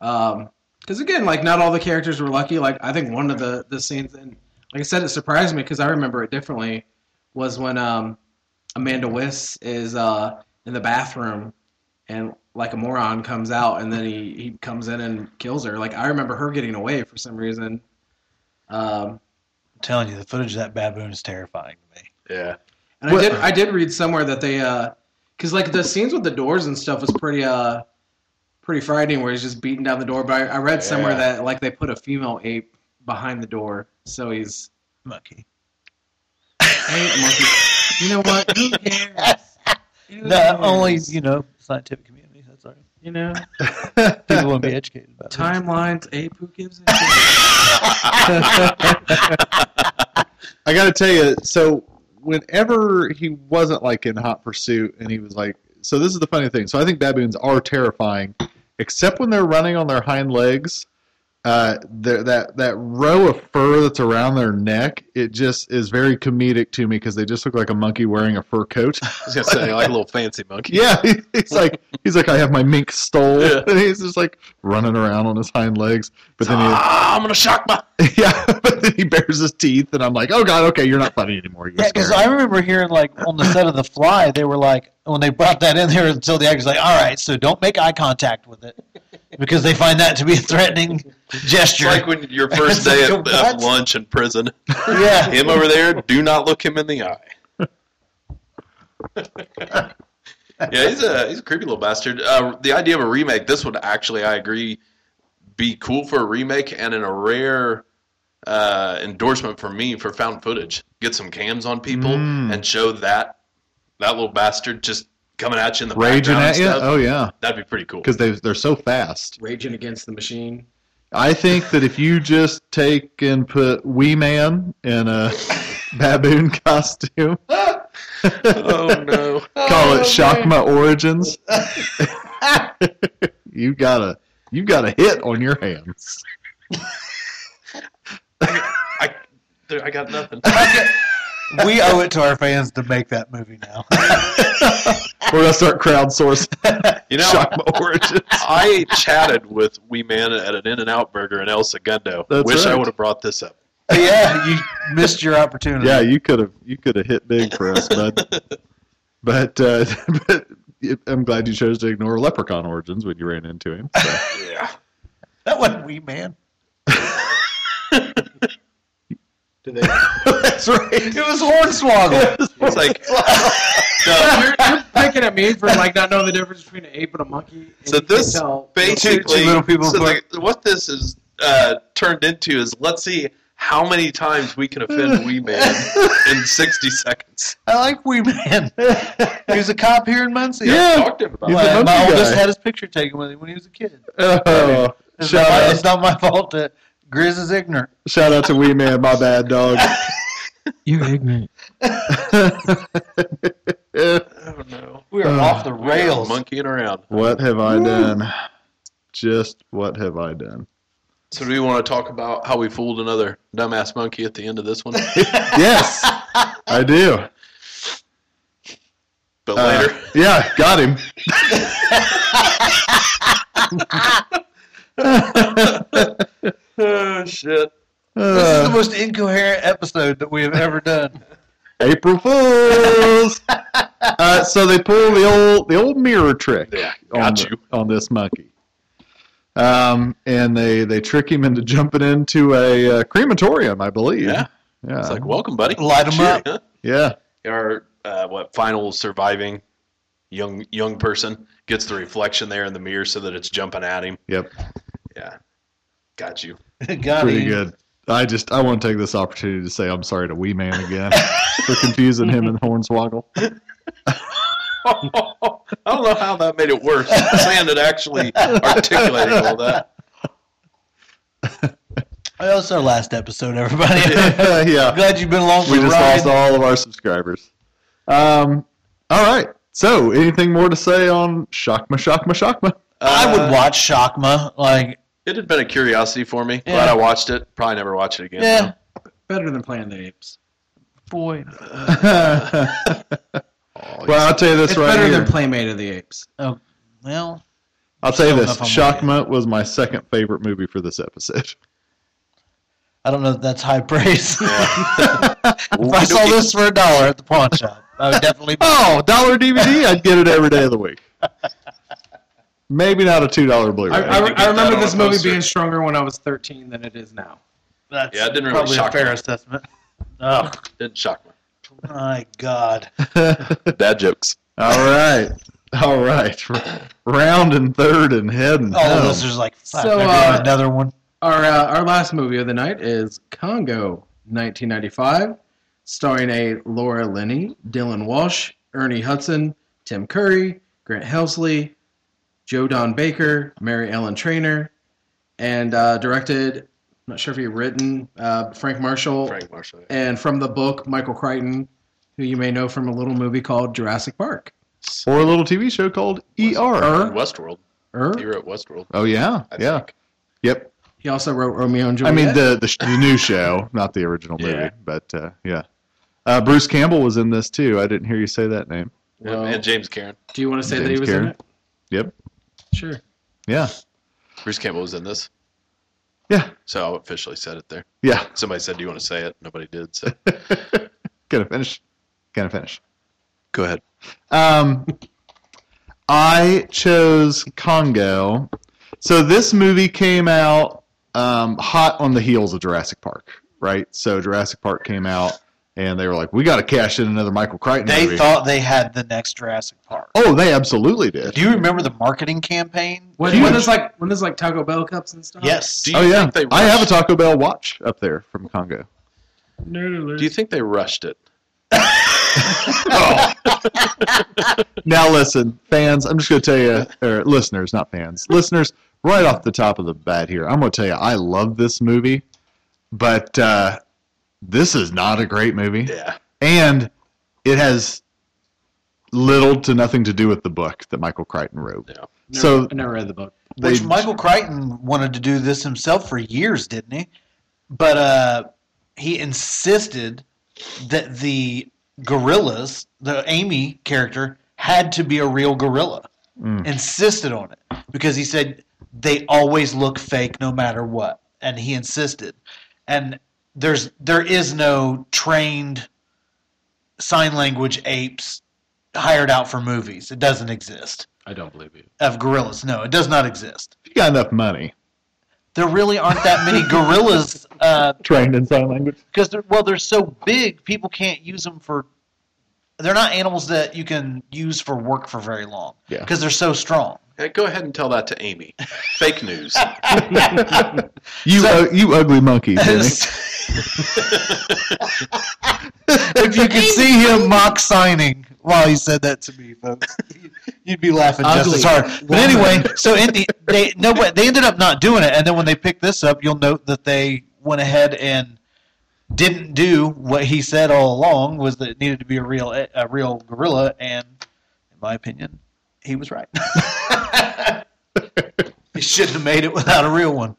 S4: Um 'cause because again, like not all the characters were lucky. Like I think one of the the scenes, and like I said, it surprised me because I remember it differently. Was when um Amanda Wiss is uh in the bathroom and like a moron comes out and then he, he comes in and kills her. Like I remember her getting away for some reason. Um,
S5: I'm telling you, the footage of that baboon is terrifying to me.
S3: Yeah.
S4: and I did I did read somewhere that they uh 'cause cause like the scenes with the doors and stuff was pretty uh pretty frightening where he's just beating down the door. But I, I read somewhere
S3: Yeah.
S4: that like they put a female ape behind the door, so he's
S5: Monkey.
S4: ain't monkey. You know what? Who cares? Who
S5: The
S4: cares?
S5: only you know scientific community. That's all. right.
S4: (laughs) you know
S5: People want to be educated about this.
S4: timelines. Ape who gives a shit?
S2: I got to tell you, so whenever he wasn't like in hot pursuit, and he was like, so this is the funny thing. So I think baboons are terrifying, except when they're running on their hind legs. Uh, their- that that row of fur that's around their neck, it just is very comedic to me because they just look like a monkey wearing a fur coat. (laughs)
S3: I was gonna say like a little fancy monkey.
S2: Yeah, he- he's like he's like I have my mink stole,
S3: Yeah.
S2: (laughs) and he's just like running around on his hind legs. But then he,
S3: ah, I'm gonna shock my.
S2: (laughs) yeah, but then he bares his teeth, and I'm like, oh god, okay, you're not funny anymore. You're
S5: Yeah, because
S2: scary."
S5: I remember hearing like on the set of The Fly, they were like when they brought that in there until the actors like, all right, so don't make eye contact with it because they find that to be a threatening (laughs)
S3: It's
S5: gesture.
S3: like when your first day at, at
S5: What?
S3: lunch in prison.
S5: (laughs) yeah,
S3: Him over there, do not look him in the
S2: (laughs)
S3: eye. yeah, he's a he's a creepy little bastard. Uh, the idea of a remake, this would actually, I agree, be cool for a remake and in a rare uh, endorsement for me for found footage. Get some cams on people
S2: Mm.
S3: and show that that little bastard just coming at you in the
S2: raging
S3: background
S2: at
S3: and
S2: you.
S3: stuff.
S2: Oh yeah,
S3: That'd be pretty cool.
S2: because they they're so fast.
S4: Raging against the machine.
S2: I think that if you just take and put Wee Man in a (laughs) baboon costume,
S3: (laughs) (laughs) oh (laughs) no!
S2: call it Shockma
S3: (laughs)
S2: Origins, (laughs) you got a you got a hit on your hands.
S3: I, dude, I got nothing.
S5: we owe it to our fans to make that movie now.
S2: We're gonna start crowdsourcing
S3: You know, (laughs)
S2: Shockma Origins.
S3: I chatted with Wee Man at an In and Out Burger in El Segundo.
S2: That's
S3: Wish I
S2: right.
S3: would have brought this up.
S5: (laughs) yeah, you missed your opportunity. (laughs)
S2: Yeah, you could have you could have hit big for us, bud. but uh, (laughs) but I'm glad you chose to ignore Leprechaun Origins when you ran into
S5: (laughs)
S2: him. So.
S3: Yeah.
S5: that wasn't we, (laughs) man. (laughs)
S4: Did they?
S2: That's right.
S5: It was (laughs) Hornswoggle.
S3: It's like, no,
S5: (laughs)
S4: you're, you're picking at me for like not knowing the difference between an ape and a monkey. and
S3: so
S4: you can
S3: this
S4: tell-
S3: basically,
S5: Two little people
S3: so
S5: for-
S3: like, what this is uh, turned into is let's see how many times we can offend
S5: (laughs)
S3: Wee Man in 60 seconds.
S5: I like we, man. He was a cop here in Muncie.
S2: Yeah.
S3: Talked to him about
S2: He's
S3: it.
S2: a
S5: Well, my
S2: monkey
S5: oldest
S2: guy.
S5: had his picture taken with him when he was a kid.
S2: Oh,
S5: It's, not
S2: shout
S5: my,
S2: out,
S5: it's not my fault that Grizz is ignorant.
S2: shout out to Wee Man. My bad,
S5: (laughs)
S2: dog. (laughs)
S4: You're ignorant.
S3: Oh, no.
S5: We are
S2: Uh,
S5: off the rails.
S3: Monkeying around.
S2: what have I done? Just what have I done?
S3: So, do we want to talk about how we fooled another dumbass monkey at the end of this
S5: (laughs)
S3: one?
S2: Yes, I do.
S3: But
S2: Uh,
S3: later.
S2: yeah, got him.
S3: (laughs) oh, shit.
S5: This is the
S2: Uh,
S5: most incoherent episode that we have ever done.
S2: April
S3: (laughs)
S2: Fools. uh, so they pull the old the old mirror trick.
S3: Yeah,
S2: on,
S3: got
S2: the-
S3: you.
S2: on this monkey. Um, and they they trick him into jumping into a uh, crematorium, I believe.
S3: Yeah.
S2: yeah,
S3: It's like, welcome, buddy.
S5: Uh, Light 'em
S3: Cheer,
S5: up.
S3: huh?
S2: yeah.
S3: our uh, what final surviving young young person gets the reflection there in the mirror so that it's jumping at him.
S2: Yep,
S3: Yeah, got you.
S2: (laughs)
S5: Got
S2: pretty
S5: him.
S2: good. I just I want to take this opportunity to say I'm sorry to Wee Man
S3: (laughs)
S2: again for confusing him and Hornswoggle.
S3: (laughs) I don't know how that made it worse. Saying it actually articulating all that.
S5: Well, it's Oh, our last episode, everybody.
S2: (laughs) yeah,
S5: Glad you've been along for
S2: we
S5: the
S2: just
S5: ride.
S2: lost all of our subscribers. Um, all right. So, anything more to say on Shockma, Shockma, Shockma?
S5: I
S3: Uh,
S5: would watch Shockma. Like,
S3: It had been a curiosity for me. Glad
S5: Yeah.
S3: I watched it. Probably never watch it again.
S5: yeah,
S4: Better than playing the apes.
S5: boy.
S2: well, I'll tell you this
S4: it's
S2: right
S4: better
S2: here.
S4: than Playmate of the Apes.
S5: Oh, well,
S2: I'll tell you
S5: Still
S2: this:
S5: enough on
S2: Shockma was my second favorite movie for this
S4: (laughs)
S2: episode. (laughs)
S5: I don't know if that's high praise. if
S3: Yeah.
S5: (laughs) I saw this for a dollar at the pawn shop, Oh, definitely.
S2: (laughs) Oh, dollar DVD, I'd get it every day of the week. Maybe not a two dollar Blu-ray.
S4: I, I,
S3: think
S4: I
S3: it's
S4: remember
S3: out
S4: this
S3: on
S4: movie
S3: poster.
S4: being stronger when I was 13 than it is now.
S5: That's
S3: Yeah, it didn't really
S5: probably
S3: shock
S5: a fair
S3: me.
S5: assessment. Oh
S3: Didn't shock me.
S5: my God!
S2: (laughs)
S3: Dad jokes.
S2: all right, all right. Round and third and heading.
S4: Oh,
S5: All of
S2: home.
S5: us are like, fuck,
S4: So,
S5: maybe
S4: uh,
S5: another one.
S4: Our uh, our last movie of the night is Congo, 1995, starring a Laura Linney, Dylan Walsh, Ernie Hudson, Tim Curry, Grant Helsley, Joe Don Baker, Mary Ellen Trainer, and uh, directed. I'm not sure if he written uh, Frank Marshall,
S3: Frank Marshall. yeah.
S4: and from the book Michael Crichton, who you may know from a little movie called Jurassic Park.
S2: or a little TV show called
S3: E
S2: ER.
S3: Westworld.
S4: Er,
S3: He wrote Westworld.
S2: Oh yeah,
S3: I
S2: yeah,
S3: think.
S2: yep.
S4: he also wrote Romeo and
S2: I
S4: Juliet.
S2: mean the, the sh- the new show, not the original movie,
S3: Yeah.
S2: but uh, yeah. Uh, Bruce Campbell was in this too. I didn't hear you say that name.
S3: Yeah,
S4: Well,
S3: and James Karen.
S4: do you want to say that he
S2: James
S4: was in
S2: Cameron.
S4: it?
S2: Yep.
S4: Sure.
S2: Yeah.
S3: Bruce Campbell was in this,
S2: Yeah.
S3: so I officially said it there.
S2: Yeah. (laughs)
S3: Somebody said, "Do you want to say it?" Nobody did. So
S2: Gonna finish. Gonna finish.
S3: (laughs) go ahead.
S2: Um, I chose Congo. So this movie came out um, hot on the heels of Jurassic Park, right? So Jurassic Park came out, and they were like, "We got to cash in another Michael Crichton."
S5: They
S2: movie.
S5: thought they had the next Jurassic Park.
S2: Oh, they absolutely did.
S5: Do you remember the marketing campaign?
S4: When,
S2: Huge.
S4: when there's like when there's like Taco Bell cups and stuff.
S5: Yes.
S3: Do you
S2: Oh yeah,
S3: think they
S2: I have a
S3: rushed-
S2: Taco Bell watch up there from Congo.
S3: Do you think they rushed
S4: (laughs)
S3: it? Oh,
S4: Oh.
S2: Now listen, fans, I'm just going to tell you, or listeners, not fans, listeners, right off the top of the bat here, I'm going to tell you, I love this movie, but uh, this is not a great movie,
S3: Yeah.
S2: and it has little to nothing to do with the book that Michael Crichton wrote.
S3: Yeah.
S4: Never-
S2: So-
S4: I never read the book.
S2: They-
S5: Which Michael Crichton wanted to do this himself for years, didn't he? But uh, he insisted that the gorillas, the Amy character, had to be a real gorilla.
S2: Mm.
S5: Insisted on it because he said they always look fake no matter what, and he insisted. And there's there is no trained sign language apes hired out for movies. It doesn't exist
S4: I don't believe you.
S5: of gorillas. No, it does not exist
S2: If you got enough money,
S5: there really aren't that many gorillas (laughs) because
S2: trained in sign language.
S5: they're well they're so big people can't use them for they're not animals that you can use for work for very long
S2: Yeah.
S5: because they're so strong
S3: Hey, go ahead and tell that to Amy. Fake
S4: (laughs)
S3: news.
S2: (laughs) You, uh, you ugly (laughs) monkey,
S5: (laughs)
S2: Jimmy.
S5: if you could see him mock signing while he said that to me folks (laughs) you'd be laughing
S4: Ugly.
S5: just as hard but anyway so in the, they no but they ended up not doing it and then when they picked this up you'll note that they went ahead and didn't do what he said all along was that it needed to be a real a real gorilla and in my opinion he was right (laughs) he shouldn't have made it without a real one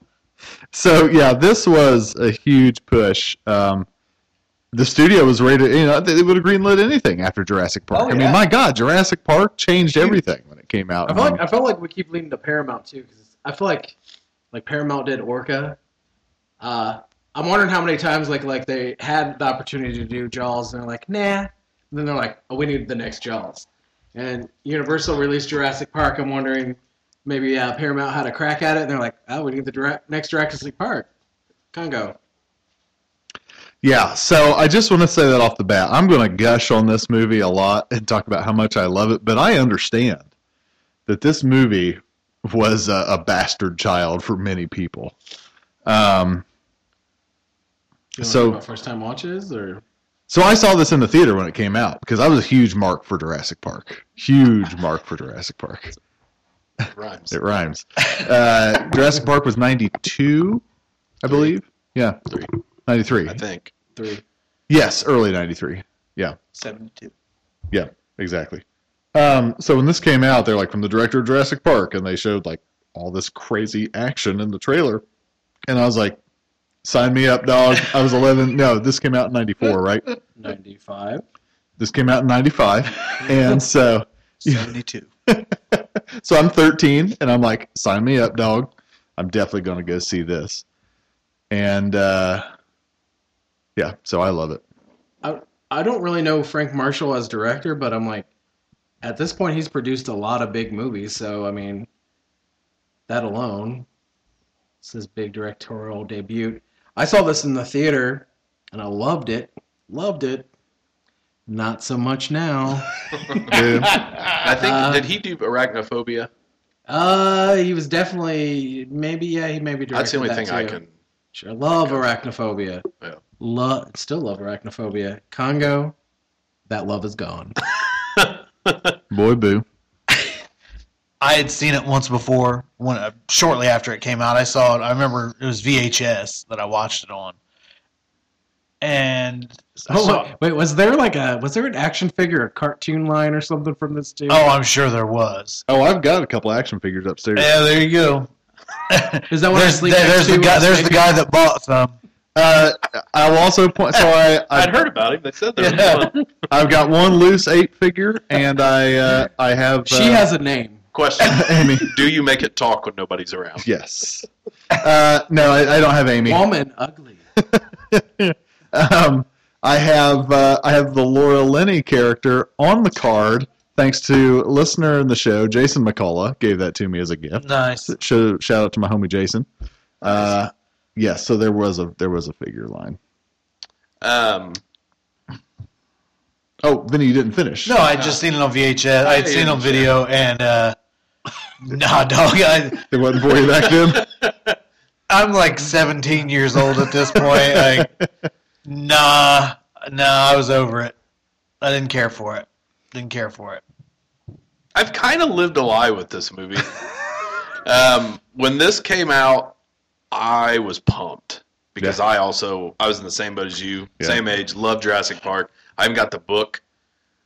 S2: so yeah, this was a huge push. Um, the studio was ready. To, you know, they would have greenlit anything after Jurassic Park.
S5: Oh,
S2: I
S5: yeah.
S2: mean, my God, Jurassic Park changed everything when it came out. Um,
S4: I feel like I feel like we keep leading to Paramount too because I feel like like Paramount did Orca. Uh, I'm wondering how many times like like they had the opportunity to do Jaws and they're like nah, and then they're like oh we need the next Jaws, and Universal released Jurassic Park. I'm wondering maybe uh, Paramount had a crack at it and they're like oh we need the dra- next Jurassic Park, Congo.
S2: Yeah, so I just want to say that off the bat. I'm going to gush on this movie a lot and talk about how much I love it, but I understand that this movie was a, a bastard child for many people. Um,
S4: You wanna
S2: So-
S4: talk about first time watches or
S2: So I saw this in the theater when it came out because I was a huge mark for Jurassic Park. Huge mark for Jurassic Park.
S3: Rhymes.
S2: It rhymes. Uh, Jurassic Park was 92, I believe. Yeah.
S3: Three.
S2: 93.
S3: I think.
S4: three.
S2: Yes, early 93.
S5: 72
S2: Yeah, exactly. Um, so when this came out, they're like from the director of Jurassic Park, and they showed like all this crazy action in the trailer, and I was like, "Sign me up, dog!" I was 11. No, this came out in '94, right?
S4: 95.
S2: This came out in '95, and so (laughs)
S5: 72
S2: so I'm 13, and I'm like, "Sign me up, dog! I'm definitely going to go see this." And uh, yeah, so I love it.
S4: I, I don't really know Frank Marshall as director, but I'm like, at this point, he's produced a lot of big movies. So I mean, that alone, it's his big directorial debut. I saw this in the theater, and I loved it. Loved it. Not so much
S3: (laughs)
S4: now.
S2: Dude.
S3: I think
S4: Uh,
S3: did he do arachnophobia?
S4: Uh, he was definitely maybe yeah he maybe directed
S3: That's the only
S4: that
S3: thing I
S4: too.
S3: can.
S4: Sure, love arachnophobia.
S3: Yeah.
S4: Love still love arachnophobia. Congo, that love is gone.
S2: Boy, boo.
S5: I had seen it once before when uh, shortly after it came out. I saw it. I remember it was VHS that I watched it on. And I
S4: Oh
S5: saw-
S4: wait, wait, was there like a was there an action figure, a cartoon line, or something from this too?
S5: oh, I'm sure there was.
S2: Oh, I've got a couple action figures upstairs.
S5: Yeah, there you go.
S4: is that what I
S5: there's
S4: sleep
S5: there-
S4: next
S5: there's
S4: to
S5: the
S4: when
S5: guy
S4: I'm
S5: there's the
S4: sleeping?
S5: guy that bought some.
S2: Uh, I'll also point. So I,
S3: I'd
S2: I (laughs)
S3: heard about him. They said there (laughs)
S5: Yeah.
S3: was one
S2: I've got one loose eight figure, and I uh, I have.
S4: She
S2: uh,
S4: has a name.
S3: question.
S2: Amy.
S3: Do you make it talk when nobody's around?
S2: Yes. Uh, no, I, I don't have Amy.
S4: Woman
S5: (laughs)
S4: ugly.
S2: um, I have uh, I have the Laura Linney character on the card, thanks to listener in the show Jason McCullough gave that to me as a gift.
S5: Nice.
S2: Shout, shout out to my homie Jason. Uh, yes, so there was a there was a figure line.
S3: Um,
S2: Oh, Vinny, you didn't finish.
S5: No, I just seen it on VHS. I had seen it on video, and uh, (laughs) nah, dog. I,
S2: it wasn't for you back then.
S5: I'm like 17 years old at this point. Like, (laughs) nah, nah. I was over it. I didn't care for it. Didn't care for it.
S3: I've kind of lived a lie with this movie. um, when this came out, I was pumped because I also I was in the same boat as you,
S2: Yeah.
S3: same age, loved Jurassic Park. I even got the book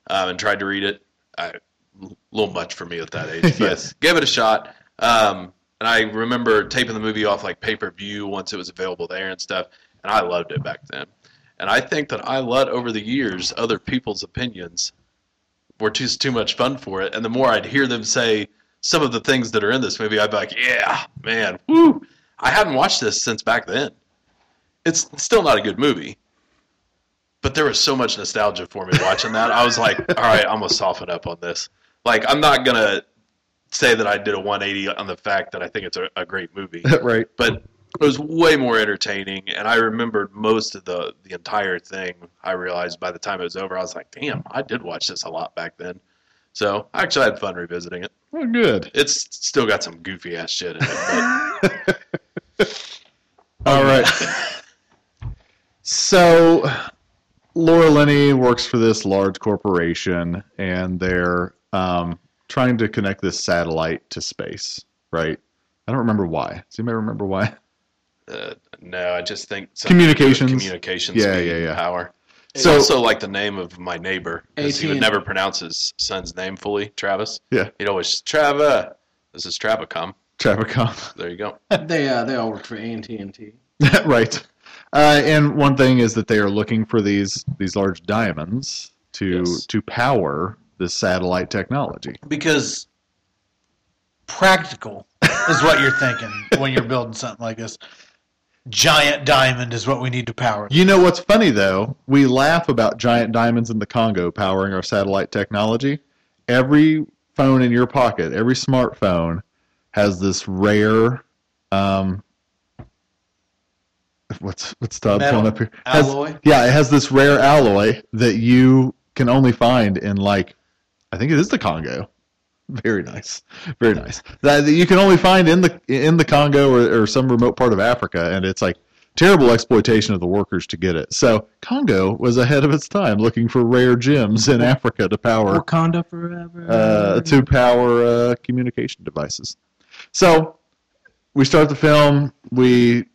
S3: um, and tried to read it. I, little much for me at
S2: (laughs)
S3: that age, but
S2: Yes.
S3: gave it a shot. Um, and I remember taping the movie off like pay per view once it was available there and stuff. And I loved it back then. And I think that I let over the years other people's opinions were just too much fun for it. And the more I'd hear them say some of the things that are in this movie, I'd be like, yeah, man, woo. I hadn't watched this since back then. It's still not a good movie, but there was so much nostalgia for me watching that. I was like, (laughs) all right, I'm going to soften up on this. Like, I'm not going to say that I did a 180 on the fact that I think it's a, a great movie
S2: (laughs) right.
S3: but it was way more entertaining and i remembered most of the the entire thing i realized by the time it was over i was like damn i did watch this a lot back then so i actually had fun revisiting it
S2: Oh, good.
S3: it's still got some goofy ass shit in it Um,
S2: All right. So, Laura Linney works for this large corporation, and they're um, trying to connect this satellite to space, right? I don't remember why. Does anybody remember why?
S3: but (laughs) uh, no i just think something to do with
S2: Communications.
S3: communications
S2: Yeah,
S3: being
S2: yeah, yeah.
S3: power it's
S2: So-
S3: also like the name of my neighbor 'cause he would
S4: AT&T.
S3: never pronounce his son's name fully travis
S2: Yeah.
S3: he'd always trava this is travacom
S2: Travicom. (laughs)
S3: there you go
S4: They uh, they all work for AT and T.
S2: right. Uh, and one thing is that they are looking for these these large diamonds to
S3: Yes.
S2: to power this satellite technology.
S5: because practical is what you're thinking when you're building something like this. Giant diamond is what we need to power. it.
S2: You know what's funny though? We laugh about giant diamonds in the Congo powering our satellite technology. Every phone in your pocket, every smartphone, has this rare, um, what's what's the other
S5: Metal.
S2: one up here? Has-
S4: Alloy?
S2: yeah, it has this rare alloy that you can only find in like, I think it is the Congo. Very nice, very nice. That that you can only find in the in the Congo or, or some remote part of Africa, and it's like terrible exploitation of the workers to get it. So Congo was ahead of its time, looking for rare gems in Africa to power
S4: Wakanda forever.
S2: uh,
S3: Mm-hmm.
S2: to power uh, communication devices. So we start the film. We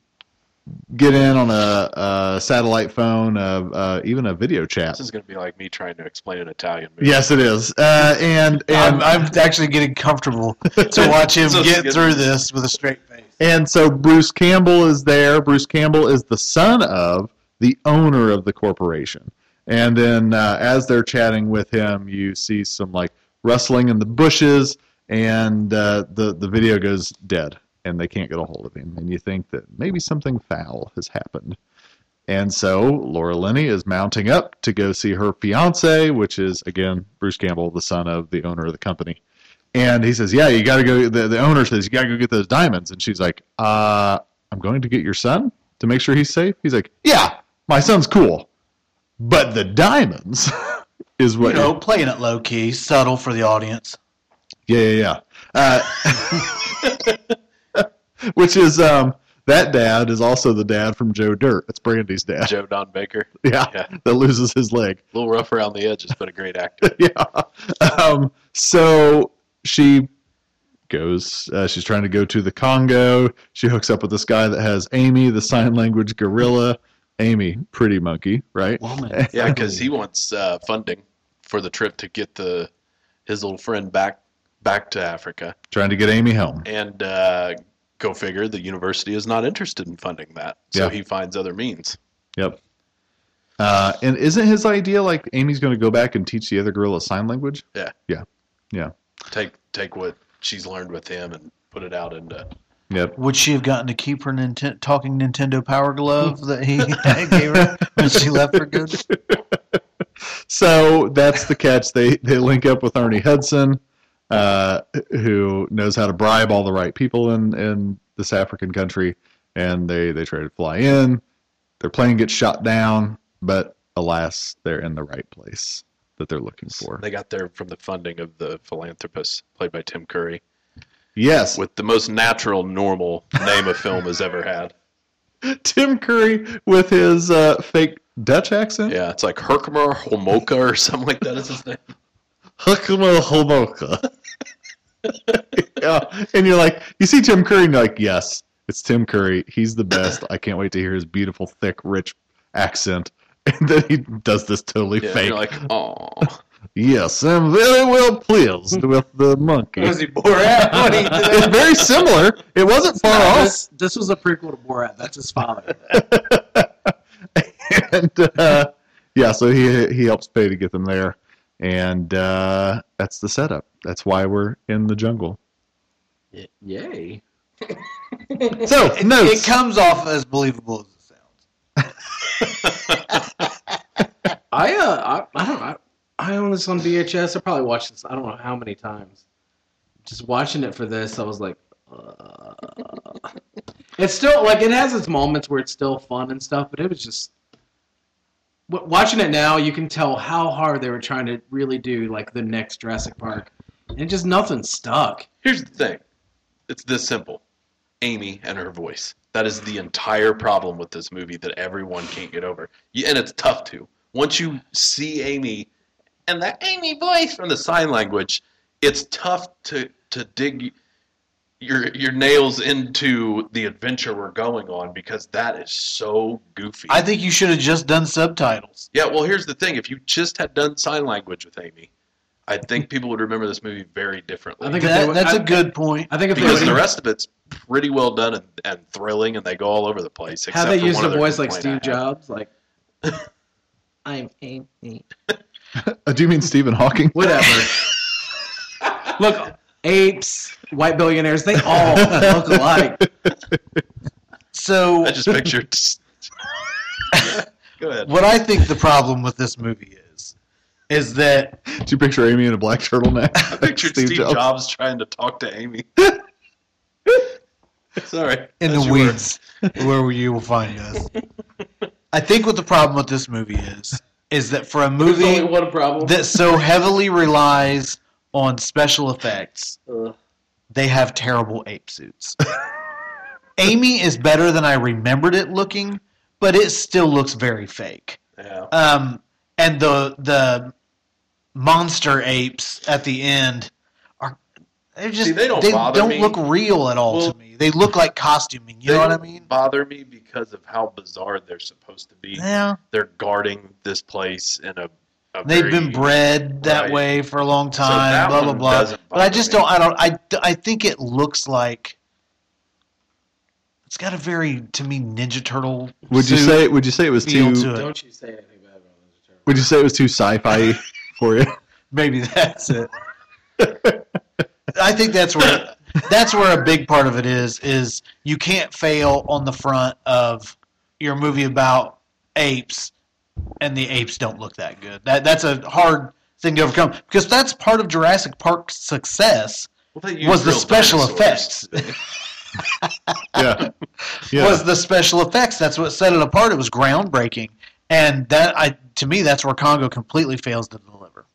S2: get in on a, a satellite phone, uh, uh, even a video chat.
S3: this is going to be like me trying to explain an italian movie
S2: Yes, it is. Uh, and and
S5: I'm, I'm actually getting comfortable to watch him
S3: So it's
S5: get
S3: good.
S5: through this with a straight face.
S2: And so Bruce Campbell is there. Bruce Campbell is the son of the owner of the corporation. And then uh, as they're chatting with him, you see some like rustling in the bushes, and uh, the the video goes dead, and they can't get a hold of him. And you think that maybe something foul has happened. And so Laura Linney is mounting up to go see her fiance, which is again Bruce Campbell, the son of the owner of the company. And he says, "Yeah, you got to go." The, the owner says, "You got to go get those diamonds." And she's like, "Uh, I'm going to get your son to make sure he's safe." He's like, "Yeah, my son's cool, but the diamonds (laughs) is
S5: You
S2: what
S5: know, playing it low key, subtle for the audience.
S2: yeah, yeah, yeah. Uh, (laughs) which is um, that dad is also the dad from Joe Dirt. That's Brandy's dad. (laughs)
S3: Joe Don Baker,
S2: yeah,
S3: yeah.
S2: that loses his leg. (laughs)
S3: a little rough around the edges, but a great actor.
S2: yeah. Um, so she goes. Uh, she's trying to go to the Congo. She hooks up with this guy that has Amy, the sign language gorilla. Amy, pretty monkey, right?
S5: (laughs) Woman.
S3: Yeah, because
S4: (laughs)
S3: he wants uh, funding for the trip to get the his little friend back back to Africa,
S2: Trying to get Amy home.
S3: and uh, go figure the university is not interested in funding that, so
S2: Yeah.
S3: he finds other means.
S2: Yep. Uh, and isn't his idea like Amy's going to go back and teach the other gorilla sign language?
S3: Yeah.
S2: Yeah. Yeah.
S3: Take take what she's learned with him and put it out into.
S2: Yep.
S5: Would she have gotten to keep her Ninten- talking Nintendo Power Glove that he (laughs) gave her when she left for good?
S2: (laughs) So that's the catch. They they link up with Ernie Hudson, uh, who knows how to bribe all the right people in in this African country, and they they try to fly in. Their plane gets shot down, but alas, they're in the right place that they're looking for.
S3: They got there from the funding of the philanthropist played by Tim Curry,
S2: Yes,
S3: with the most natural, normal name a film has ever had.
S2: Tim Curry with his uh, fake Dutch accent.
S3: Yeah, it's like Herkimer Homoka or something like that is his name.
S2: Hukuma Homoka. yeah. And you're like, you see Tim Curry, and you're like, yes, it's Tim Curry. He's the best. I can't wait to hear his beautiful, thick, rich accent. (laughs) And then he does this totally
S3: Yeah,
S2: fake.
S3: You're like, oh,
S2: yes, I'm very well
S3: (laughs)
S2: pleased with the monkey.
S5: Was he Borat? What he
S2: (laughs) it's very similar. It
S5: (laughs)
S2: wasn't far off.
S4: this, this was a prequel to Borat. That's his father.
S2: (laughs) and uh, yeah, so he he helps pay to get them there, and uh, that's the setup. That's why we're in the jungle.
S4: Yay.
S2: So
S5: It, it
S2: notes.
S5: comes off as believable as it sounds.
S4: I uh, I, I don't I, I own this on VHS. I probably watched this. I don't know how many times. Just watching it for this, I was like, uh... it's still like it has its moments where it's still fun and stuff, but it was just wa- watching it now. You can tell how hard they were trying to really do like the next Jurassic Park, and just nothing stuck.
S3: here's the thing. It's this simple. Amy and her voice. That is the entire problem with this movie that everyone can't get over. You- And it's tough to. Once you see Amy and that Amy voice from the sign language, it's tough to, to dig your your nails into the adventure we're going on because that is so goofy.
S5: I think you should have just done subtitles.
S3: Yeah, well, here's the thing. If you just had done sign language with Amy, I think people would remember this movie very differently.
S4: I think if they
S5: That,
S4: would-
S5: that's
S4: I-
S5: a good point.
S4: I think if
S3: because
S4: they
S3: the
S4: would
S3: rest of it's pretty well done and, and thrilling, and they go all over the place.
S4: how
S3: Except
S4: they
S3: for
S4: used
S3: one
S4: a
S3: other
S4: voice like Steve
S3: complaint I have.
S4: Jobs, like I'm Amy.
S2: Uh, do you mean Stephen Hawking?
S4: (laughs) whatever. Look, apes, white billionaires, they all look (laughs) alike.
S5: So
S3: I just pictured. (laughs) go ahead.
S5: what I think the problem with this movie is, is
S2: (laughs)
S5: that
S2: Do you picture Amy in a black turtleneck?
S3: I pictured Steve, Jobs. trying to talk to Amy. Sorry.
S5: in
S3: That's
S5: the
S3: your-
S5: weeds where you will find us. I think what the problem with this movie is, is that for a
S4: Only
S5: movie
S4: one problem.
S5: that so heavily relies on special effects,
S3: Uh,
S4: Ugh.
S5: they have terrible ape suits. (laughs) Amy is better than I remembered it looking, but it still looks very fake.
S3: Yeah.
S5: Um, and the the monster apes at the end are they just
S3: See, they don't bother me.
S5: look real at all
S3: Well-
S5: to me. They look like costuming. You
S3: They
S5: know what I
S3: don't
S5: mean?
S3: Bother me because of how bizarre they're supposed to be.
S5: Yeah,
S3: They're guarding this place in a. a
S5: they've
S3: very-
S5: been bred that
S3: Right.
S5: way for a long
S3: So
S5: time.
S3: that
S5: blah blah
S3: one
S5: blah.
S3: doesn't
S5: But I
S3: bother
S5: just
S3: me.
S5: don't. I don't. I I think it looks like. It's got a very, to me, Ninja Turtle.
S2: Would you
S5: suit
S2: say? Would you say it was
S5: feel
S2: too?
S5: to it.
S4: Don't you say anything bad about Ninja Turtles.
S2: Would you say it was too sci-fi for
S3: (laughs)
S2: you?
S5: Maybe that's it. I think that's where that's where a big part of it is is you can't fail on the front of your movie about apes, and the apes don't look that good. That that's a hard thing to overcome because that's part of Jurassic Park's success
S3: Well, they used
S5: was the
S3: real
S5: special
S3: dinosaurs.
S5: effects.
S2: yeah, yeah.
S5: was the special effects. That's what set it apart. It was groundbreaking, and that I to me that's where Congo completely fails to deliver.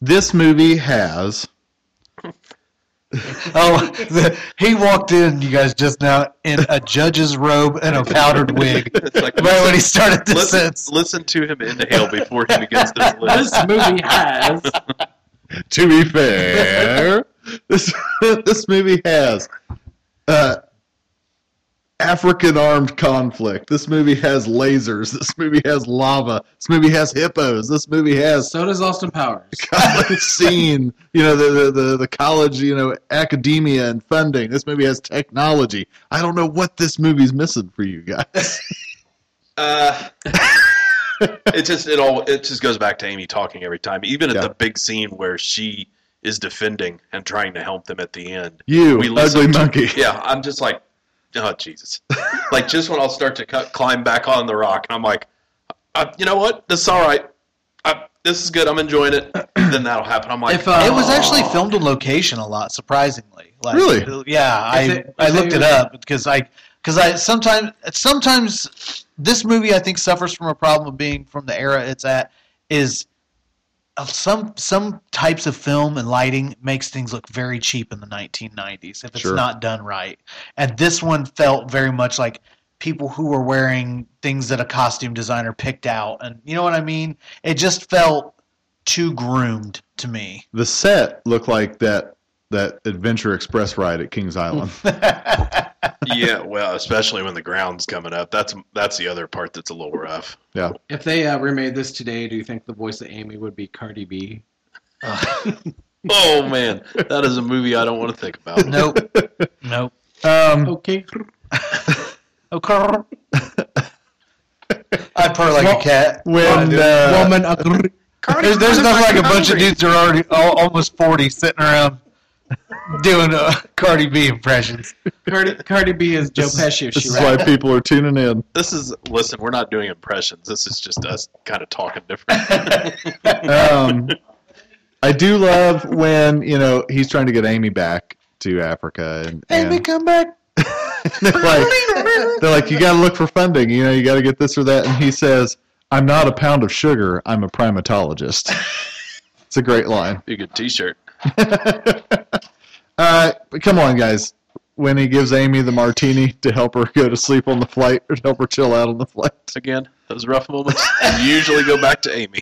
S2: this movie has
S5: Oh, (laughs) the, he walked in, you guys, just now in a judge's robe and a powdered wig.
S3: (laughs) (laughs) It's like,
S5: (laughs) Right when he started this
S3: listen,
S5: sentence,
S3: listen to him inhale before he begins
S5: (laughs)
S3: this
S4: This
S3: list.
S4: movie has.
S2: to be
S3: (laughs)
S2: fair, this (laughs) this movie has uh, African armed conflict. This movie has lasers. This movie has lava. This movie has hippos. This movie has
S4: So does Austin Powers.
S2: college (laughs) scene. You know the, the the the college. You know academia and funding. This movie has technology. I don't know what this movie's missing for you guys. (laughs)
S5: (laughs)
S3: Uh, it just it all it just goes back to Amy talking every time. Even at
S2: Yeah.
S3: the big scene where she is defending and trying to help them at the end.
S2: You
S3: We
S2: ugly
S3: listened to-
S2: monkey.
S3: Yeah, I'm just like, oh
S5: (laughs)
S3: Jesus! like just when I'll start to cut, climb back on the rock, and I'm like, uh, you know what? This is all right. I, this is good. I'm enjoying it. (clears throat) then that'll happen. I'm like,
S4: If, uh,
S5: it was actually
S4: Aw.
S5: filmed on location a lot, surprisingly. Like,
S2: Really?
S5: Yeah, I
S4: If it-
S5: I
S4: if
S5: looked
S4: they-
S5: it up because I because I sometimes sometimes this movie I think suffers from a problem of being from the era it's at is uh, some some types of film and lighting makes things look very cheap in the 1990s if it's
S2: Sure.
S5: not done right. And this one felt very much like people who were wearing things that a costume designer picked out and you know what I mean? It just felt too groomed to me.
S2: The set looked like that that Adventure Express ride at Kings Island.
S3: yeah, well, especially when the ground's coming up. That's that's the other part that's a little rough.
S4: If they uh, remade this today, do you think the voice of Amy would be Cardi B?
S3: (laughs) Oh man, that is a movie I don't want to think about.
S5: Nope. nope.
S2: Um,
S4: Okay.
S5: Okay. (laughs) I purr like a cat.
S2: when uh,
S4: Woman. agree.
S5: There's, there's nothing like a bunch of dudes that are already all, almost 40 sitting around (laughs) doing uh, Cardi B impressions.
S4: (laughs) Cardi, Cardi B is Joe
S2: This is-
S4: Pesci if
S2: This
S4: she
S2: is
S4: rapped.
S2: why people are tuning in.
S3: This is listen. We're not doing impressions. This is just us kind of talking different.
S2: Um, I do love when you know he's trying to get Amy back to Africa, and,
S5: Amy,
S2: and
S5: come back.
S2: they're (laughs) like, they're like, you got to look for funding. You know, you got to get this or that. And he says, "I'm not a pound of sugar. I'm a primatologist." it's a great line. (laughs)
S3: Be a good T-shirt.
S2: Uh, but come on, guys. When he gives Amy the martini to help her go to sleep on the flight or to help her chill out on the flight.
S3: again. Those rough moments usually go back to Amy.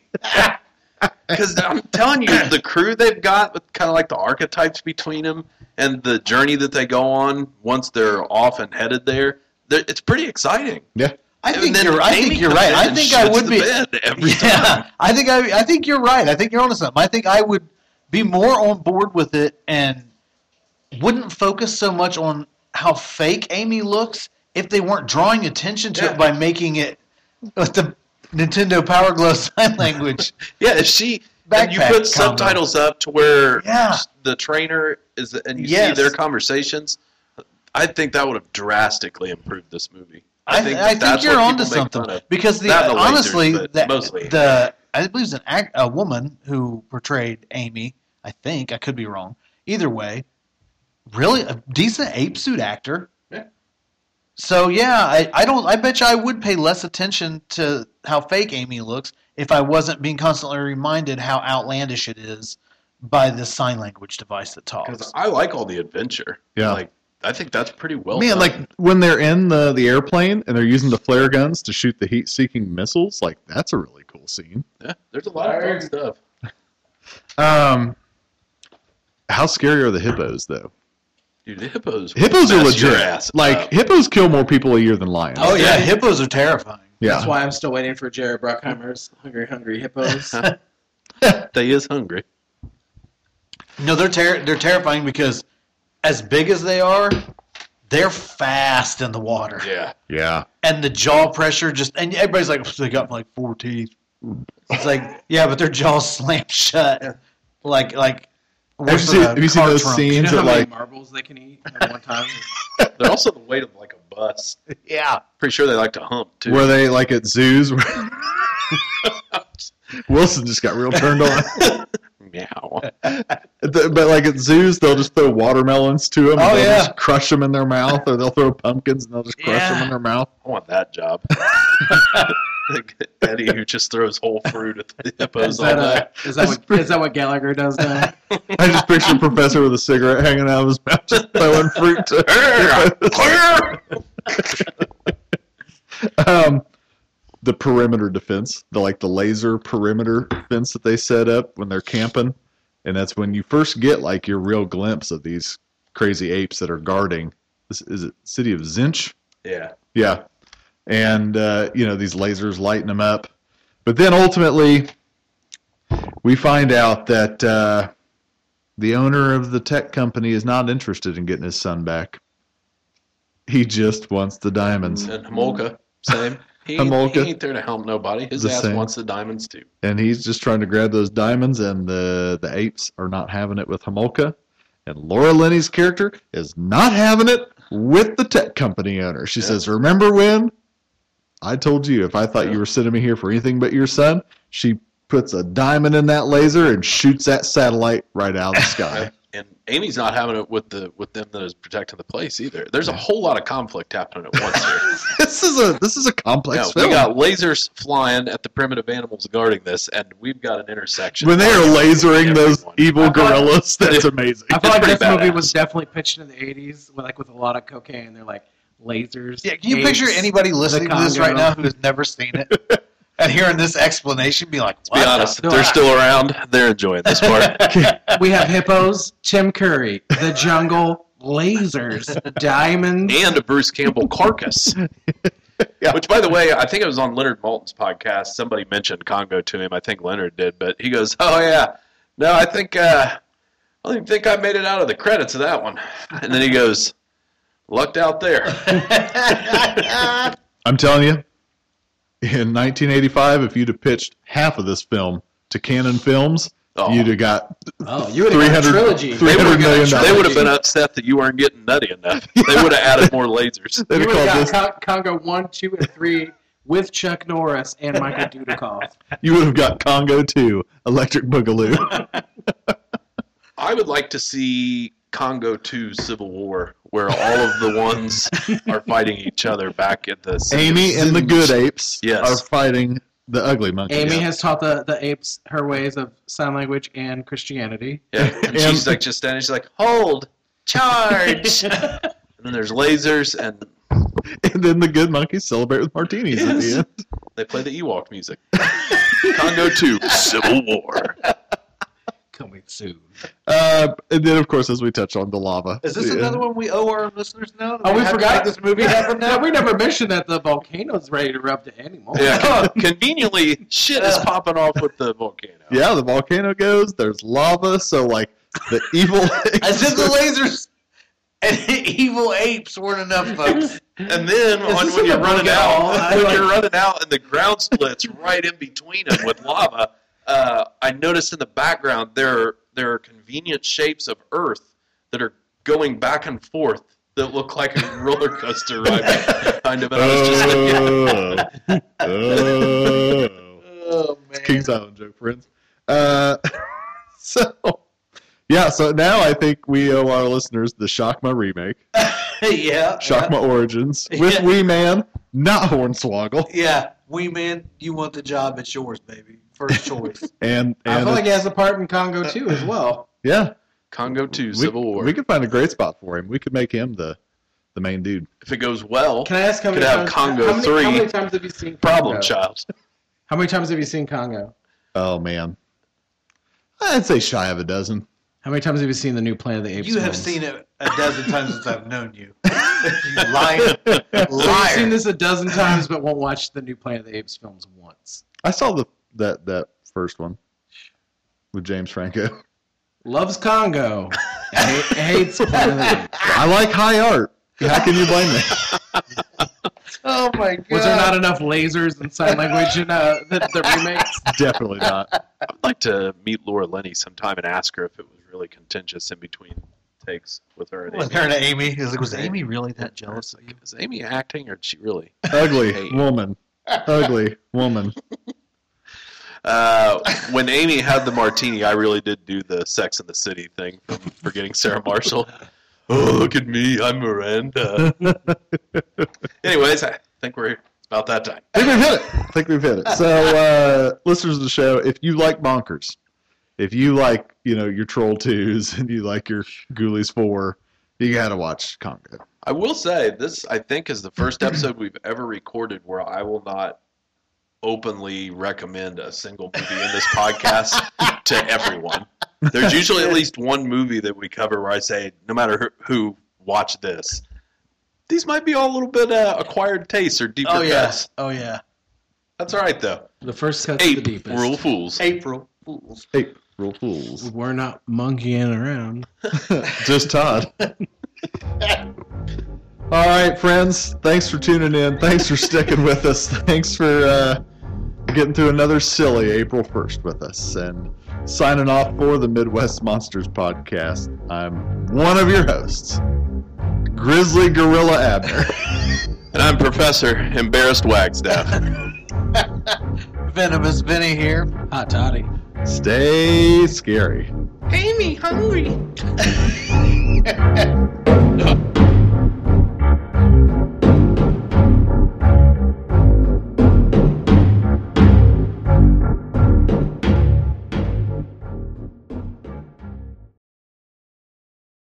S3: Because I'm telling you, the crew they've got, kind of like the archetypes between them and the journey that they go on once they're off and headed there, they're- it's pretty exciting.
S2: Yeah.
S5: I
S3: And
S5: think
S3: then
S5: you're. I
S3: Amy
S5: think you're
S3: comes
S5: right.
S3: in
S5: I
S3: and
S5: think I
S3: shits
S5: would
S3: the
S5: be.
S3: bed every time.
S5: Yeah, I think I. I think you're right. I think you're onto something. I think I would be more on board with it and wouldn't focus so much on how fake Amy looks if they weren't drawing attention to
S3: Yeah.
S5: it by making it with the Nintendo Power Glove sign
S3: (laughs)
S5: language.
S3: Yeah, if she and you
S5: Backpack
S3: put
S5: combo.
S3: subtitles up to where
S5: Yeah.
S3: the trainer is, and you
S5: Yes.
S3: see their conversations. I think that would have drastically improved this movie.
S5: I, I think,
S3: that's
S5: you're
S3: what
S5: onto
S3: people make fun
S5: something
S3: of.
S5: because the,
S3: Not the lasers,
S5: honestly
S3: but
S5: the,
S3: mostly.
S5: the I believe it's an act, a woman who portrayed Amy. I think I could be wrong. Either way, really a decent ape suit actor.
S4: Yeah.
S5: So yeah, I, I don't. I bet you I would pay less attention to how fake Amy looks if I wasn't being constantly reminded how outlandish it is by this sign language device that
S3: Because
S5: talks.
S3: I like all the adventure.
S2: Yeah.
S3: Like oh I think that's pretty well.
S2: Man,
S3: done.
S2: like when they're in the, the airplane and they're using the flare guns to shoot the heat seeking missiles, like that's a really cool scene.
S3: yeah, there's a lot of fun stuff.
S2: Um, how scary are the hippos though?
S3: Dude, the hippos.
S2: Hippos are
S3: mess your
S2: legit.
S3: ass
S2: like
S3: up.
S2: hippos kill more people a year than lions.
S5: Oh yeah, hippos are terrifying.
S2: yeah.
S4: (laughs) That's why I'm still waiting for Jared Bruckheimer's Hungry Hungry
S2: (laughs)
S4: Hippos.
S3: they is hungry.
S5: No, they're ter- they're terrifying because as big as they are, they're fast in the water,
S3: Yeah.
S2: yeah.
S5: and the jaw pressure just and everybody's like they got like four (laughs) teeth. It's like yeah, but their jaws slammed shut, like like
S2: Have you
S5: Worse
S2: seen,
S5: than a
S2: have you seen
S5: car
S2: those
S5: trunk.
S4: You know
S2: scenes
S4: (laughs) how
S2: that
S4: many
S2: like
S4: marbles they can eat at one time?
S3: They're also the weight of like a bus.
S5: (laughs) Yeah.
S3: Pretty sure they like to hump too.
S2: were they like at zoos? (laughs) Wilson just got real turned on.
S3: (laughs)
S2: (laughs)
S3: Meow.
S2: The- But like at zoos, they'll just throw watermelons to them.
S5: Oh,
S2: and they'll
S5: yeah.
S2: just crush them in their mouth, or they'll throw pumpkins and they'll just crush them
S5: Yeah.
S2: in their mouth.
S3: I want that
S2: (laughs)
S3: job. (laughs) Eddie who just throws whole fruit at the hippos
S4: is,
S3: all
S4: that,
S3: day.
S4: uh, is, that what, is that what Gallagher does now?
S2: I just picture a professor with a cigarette hanging out of his mouth, just throwing fruit. To (laughs) um, the perimeter defense, the like the laser perimeter fence that they set up when they're camping, and that's when you first get like your real glimpse of these crazy apes that are guarding. This is it, city of Zinch.
S3: yeah.
S2: Yeah. And, uh, you know, these lasers lighten them up. But then ultimately, we find out that uh, the owner of the tech company is not interested in getting his son back. He just wants the diamonds.
S3: And Homolka, same. He, ain't- he
S2: Homolka.
S3: ain't there to help nobody. His
S2: The
S3: ass
S2: same.
S3: wants the diamonds too.
S2: And he's just trying to grab those diamonds, and the, the apes are not having it with Homolka. And Laura Linney's character is not having it with the tech company owner. She
S3: Yeah.
S2: says, Remember when I told you if I thought you were sending me here for anything but your son, she puts a diamond in that laser and shoots that satellite right out of the sky.
S3: (laughs)
S2: (laughs)
S3: And Amy's not having it with the with them that is protecting the place either. There's a whole lot of conflict happening at
S2: (laughs)
S3: once here.
S2: this is a this is a complex
S3: No,
S2: film.
S3: we got lasers flying at the primitive animals guarding this, and we've got an intersection.
S2: when they are lasering those
S3: Everyone.
S2: evil
S4: I thought-
S2: gorillas, that's amazing.
S4: I feel like
S3: pretty
S4: this movie
S3: badass.
S4: was definitely pitched in the 80s, with, like with a lot of cocaine. They're like lasers.
S5: Yeah, can you
S4: apes.
S5: picture anybody listening to this
S4: Congo.
S5: right now who has never seen it and hearing this explanation be like,
S3: Be
S5: "What the
S3: honest, if
S4: No,
S3: they're
S4: I-
S3: still around. They're enjoying
S2: (laughs)
S3: this part.
S4: We have hippos, Tim Curry, the jungle, lasers, diamonds.
S3: and a Bruce Campbell carcass.
S2: (laughs) Yeah.
S3: Which, by the way, I think it was on Leonard Malton's podcast. Somebody mentioned Congo to him. I think Leonard did, but he goes, (laughs) "Oh yeah, no, I think uh, I don't even think I made it out of the credits of that one." And then he goes, "Lucked out there."
S2: (laughs)
S5: (laughs)
S2: I'm telling you, in 1985, if you'd have pitched half of this film to Canon Films,
S3: Oh.
S2: you'd have got
S4: Oh, you would have got
S2: 300
S4: a trilogy.
S2: three-
S3: They would have
S2: $300 million
S3: been, they would have been upset that you weren't getting
S2: (laughs)
S3: nutty enough. They would have added more lasers.
S2: they'd have
S4: You would
S2: called
S4: have
S2: this,
S4: got Con- Congo 1, 2, and 3 with Chuck Norris and (laughs) Michael Dudikoff.
S2: you would have got Congo 2, Electric
S5: (laughs)
S2: Boogaloo.
S3: I would like to see Congo 2 Civil War, where all of
S2: (laughs)
S3: the ones are fighting each other back at the
S2: Amy and the good apes
S3: Yes.
S2: are fighting the ugly monkey.
S4: Amy has taught the, the apes her ways of sign language and Christianity.
S3: Yeah, and she's like just standing. She's like, "Hold, charge!" and then there's lasers, and
S2: (laughs) and then the good monkeys celebrate with martinis at
S3: Yes.
S2: the end.
S3: they play the Ewok music. Congo Two Civil War.
S4: Coming soon.
S2: Uh, and then, of course, as we touch on the lava.
S5: Is this
S2: Yeah.
S5: another one we owe our listeners now?
S4: Oh, we
S5: Have to
S4: forgot
S5: make this
S4: (laughs)
S5: movie happen now.
S4: Yeah, we never mentioned that the volcano's ready to erupt at any moment.
S3: Yeah, Oh, conveniently, shit is popping off with the volcano.
S2: Yeah, the volcano goes. There's lava. So, like, the evil.
S5: (laughs) As if the
S2: (laughs)
S5: lasers and (laughs) evil apes weren't enough, folks.
S3: And then when,
S4: this
S3: when
S4: in
S3: you're
S4: the
S3: running
S4: book at all?
S3: out,
S4: I
S3: when
S4: like-
S3: you're running out, and the ground splits right in between them with lava, uh, I noticed in the background there are, there are convenient shapes of Earth that are going back and forth that look like a roller coaster ride behind of. And I was just like,
S2: Oh.
S5: (laughs)
S2: oh.
S5: Oh man.
S2: Kings Island joke, friends. Uh, (laughs) so, yeah, so now I think we owe our listeners the Shockma remake,
S5: (laughs) yeah.
S2: Shockma Origins, with
S5: Yeah.
S2: Wee Man, not Hornswoggle,
S5: Yeah. yeah. We man, you want the job, it's yours, baby.
S4: (laughs)
S5: First choice.
S2: and,
S4: I
S2: and
S4: feel like he has a part in
S3: Uh,
S4: Congo too, as well.
S2: yeah,
S3: Congo Two
S2: we,
S3: Civil War.
S2: We could find a great spot for him. We could make him the the main dude.
S3: if it goes well,
S4: Can I ask how
S3: Could
S4: many
S3: have
S4: times?
S3: Congo
S4: how many,
S3: three.
S4: How many times have you seen
S3: problem
S4: Congo?
S3: child.
S4: How many times have you seen Congo?
S2: Oh man, I'd say shy of a dozen. (laughs)
S4: How many times have you seen the new Planet of the Apes?
S5: you have
S4: films?
S5: seen it a dozen times since I've known
S4: (laughs)
S5: you. You lying liar.
S4: I've seen this a
S5: (laughs)
S4: dozen times, but won't watch the new Planet of the Apes films once.
S2: I saw the that that first one with James
S4: (laughs)
S2: Franco.
S4: Loves Congo, ha- hates Planet of the Apes.
S2: I like high art. How can you blame me?
S5: (laughs)
S2: (laughs)
S5: Oh my god.
S4: Was there not enough lasers and sign language in uh,
S3: (laughs)
S4: the, the remakes?
S2: Definitely not.
S3: I'd like to meet Laura Lenny sometime and ask her if it was really contentious in between takes with her and
S5: Well,
S3: Amy.
S5: compared to Amy, it was like, was Amy really that jealous? Of you?
S3: Is Amy acting or did she really?
S2: Ugly
S3: Hey.
S2: woman. Ugly woman.
S3: Uh, when Amy had the martini, I really did do the Sex in the City thing from forgetting Sarah
S5: (laughs)
S3: Marshall. Oh, look at me, I'm Miranda. Anyways, I think we're about that time.
S2: I think we've hit it. I think we've hit it. So, uh, listeners of the show, if you like bonkers, if you like, you know, your Troll 2s (laughs) and you like your Ghoulies 4, you got to watch Congo.
S3: I will say this, I think, is the first episode we've ever recorded where I will not openly recommend a single movie in this podcast to everyone. There's usually at least one movie that we cover where I say, no matter who, who watch this. These might be all a little bit uh, acquired tastes or deeper
S5: Oh yeah.
S3: cuts.
S5: Oh yeah.
S3: That's all right though.
S4: The first cut's the
S3: Ape,
S4: deepest.
S3: we're all fools.
S5: April Fools.
S2: Hey, real fools.
S4: We're not monkeying around.
S2: Just Todd. All right, friends. Thanks for tuning in. Thanks for sticking with us. Thanks for uh, getting through another silly April 1st with us. And signing off for the Midwest Monsters podcast, I'm one of your hosts, Grizzly Gorilla Abner. (laughs)
S3: And I'm Professor Embarrassed Wagstaff.
S5: Venomous Vinny here.
S4: Hot toddy.
S2: Stay scary.
S5: Amy hungry.